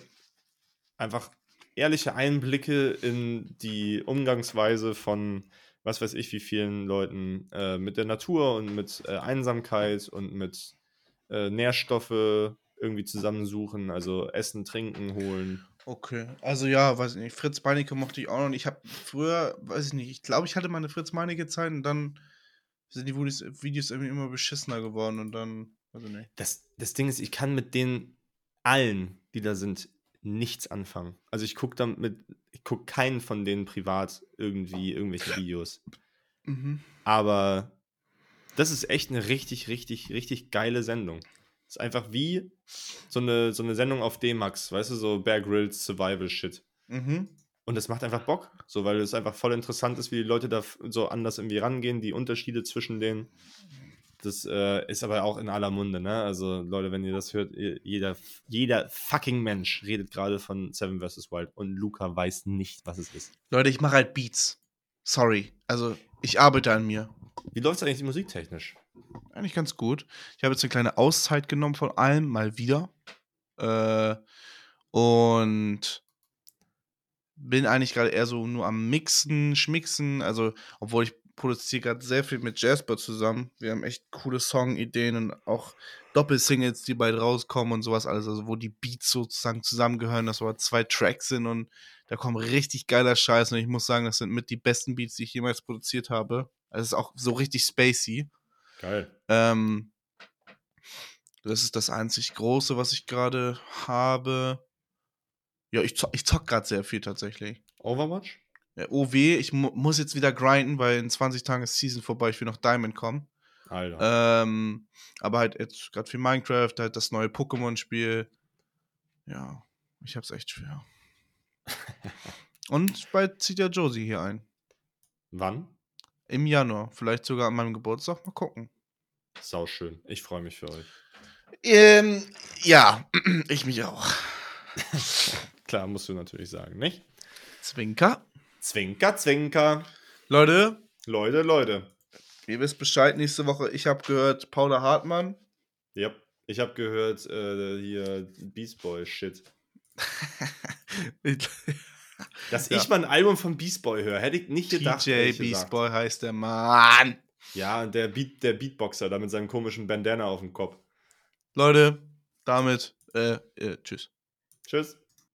einfach ehrliche Einblicke in die Umgangsweise von was weiß ich wie vielen Leuten äh, mit der Natur und mit äh, Einsamkeit und mit äh, Nährstoffe irgendwie zusammensuchen, also Essen, Trinken holen.
Okay, also ja, weiß ich nicht. Fritz Meinecke mochte ich auch noch. Und ich habe früher, weiß ich nicht, ich glaube, ich hatte meine Fritz Meinecke-Zeit und dann sind die Videos, Videos irgendwie immer beschissener geworden und dann, weiß ich nicht.
das, das Ding ist, ich kann mit den allen, die da sind, nichts anfangen. Also ich gucke damit, ich gucke keinen von denen privat irgendwie irgendwelche Videos.
Mhm.
Aber das ist echt eine richtig, richtig, richtig geile Sendung. Ist einfach wie so eine, so eine Sendung auf D-Max, weißt du, so Bear Grylls Survival Shit.
Mhm.
Und das macht einfach Bock, so weil es einfach voll interessant ist, wie die Leute da f- so anders irgendwie rangehen, die Unterschiede zwischen denen. Das äh, ist aber auch in aller Munde, ne? Also Leute, wenn ihr das hört, ihr- jeder, jeder fucking Mensch redet gerade von Seven vs. Wild und Luca weiß nicht, was es ist.
Leute, ich mache halt Beats. Sorry. Also, ich arbeite an mir.
Wie läuft es eigentlich musiktechnisch?
Eigentlich ganz gut. Ich habe jetzt eine kleine Auszeit genommen von allem, mal wieder. Äh, und bin eigentlich gerade eher so nur am Mixen, Schmixen. Also, obwohl ich produziere gerade sehr viel mit Jasper zusammen. Wir haben echt coole Songideen und auch Doppelsingles, die bald rauskommen und sowas alles. Also, wo die Beats sozusagen zusammengehören, dass aber zwei Tracks sind und da kommt richtig geiler Scheiß. Und ich muss sagen, das sind mit die besten Beats, die ich jemals produziert habe. Also, es ist auch so richtig spacey.
Geil.
Ähm, das ist das einzig Große, was ich gerade habe. Ja, ich zock, ich zock gerade sehr viel tatsächlich.
Overwatch?
Ja, oh weh, ich mu muss jetzt wieder grinden, weil in 20 Tagen ist Season vorbei, ich will noch Diamond kommen.
Alter.
Ähm, aber halt jetzt gerade viel Minecraft, halt das neue Pokémon-Spiel. Ja, ich hab's echt schwer. Und bald zieht ja Josie hier ein.
Wann?
Im Januar, vielleicht sogar an meinem Geburtstag, mal gucken.
Sau schön. Ich freue mich für euch.
Ähm, ja, ich mich auch.
Klar, musst du natürlich sagen, nicht?
Zwinker.
Zwinker, Zwinker.
Leute,
Leute, Leute.
ihr wisst Bescheid nächste Woche. Ich habe gehört, Paula Hartmann.
Ja, ich habe gehört, äh, hier Beast Boy Shit. Dass
Ja.
ich mal ein Album von Beast Boy höre, hätte ich nicht gedacht.
DJ
ehrlich
Beast
gesagt.
Boy heißt der Mann.
Ja, und der, Beat, der Beatboxer da mit seinem komischen Bandana auf dem Kopf.
Leute, damit, äh, äh, tschüss.
Tschüss.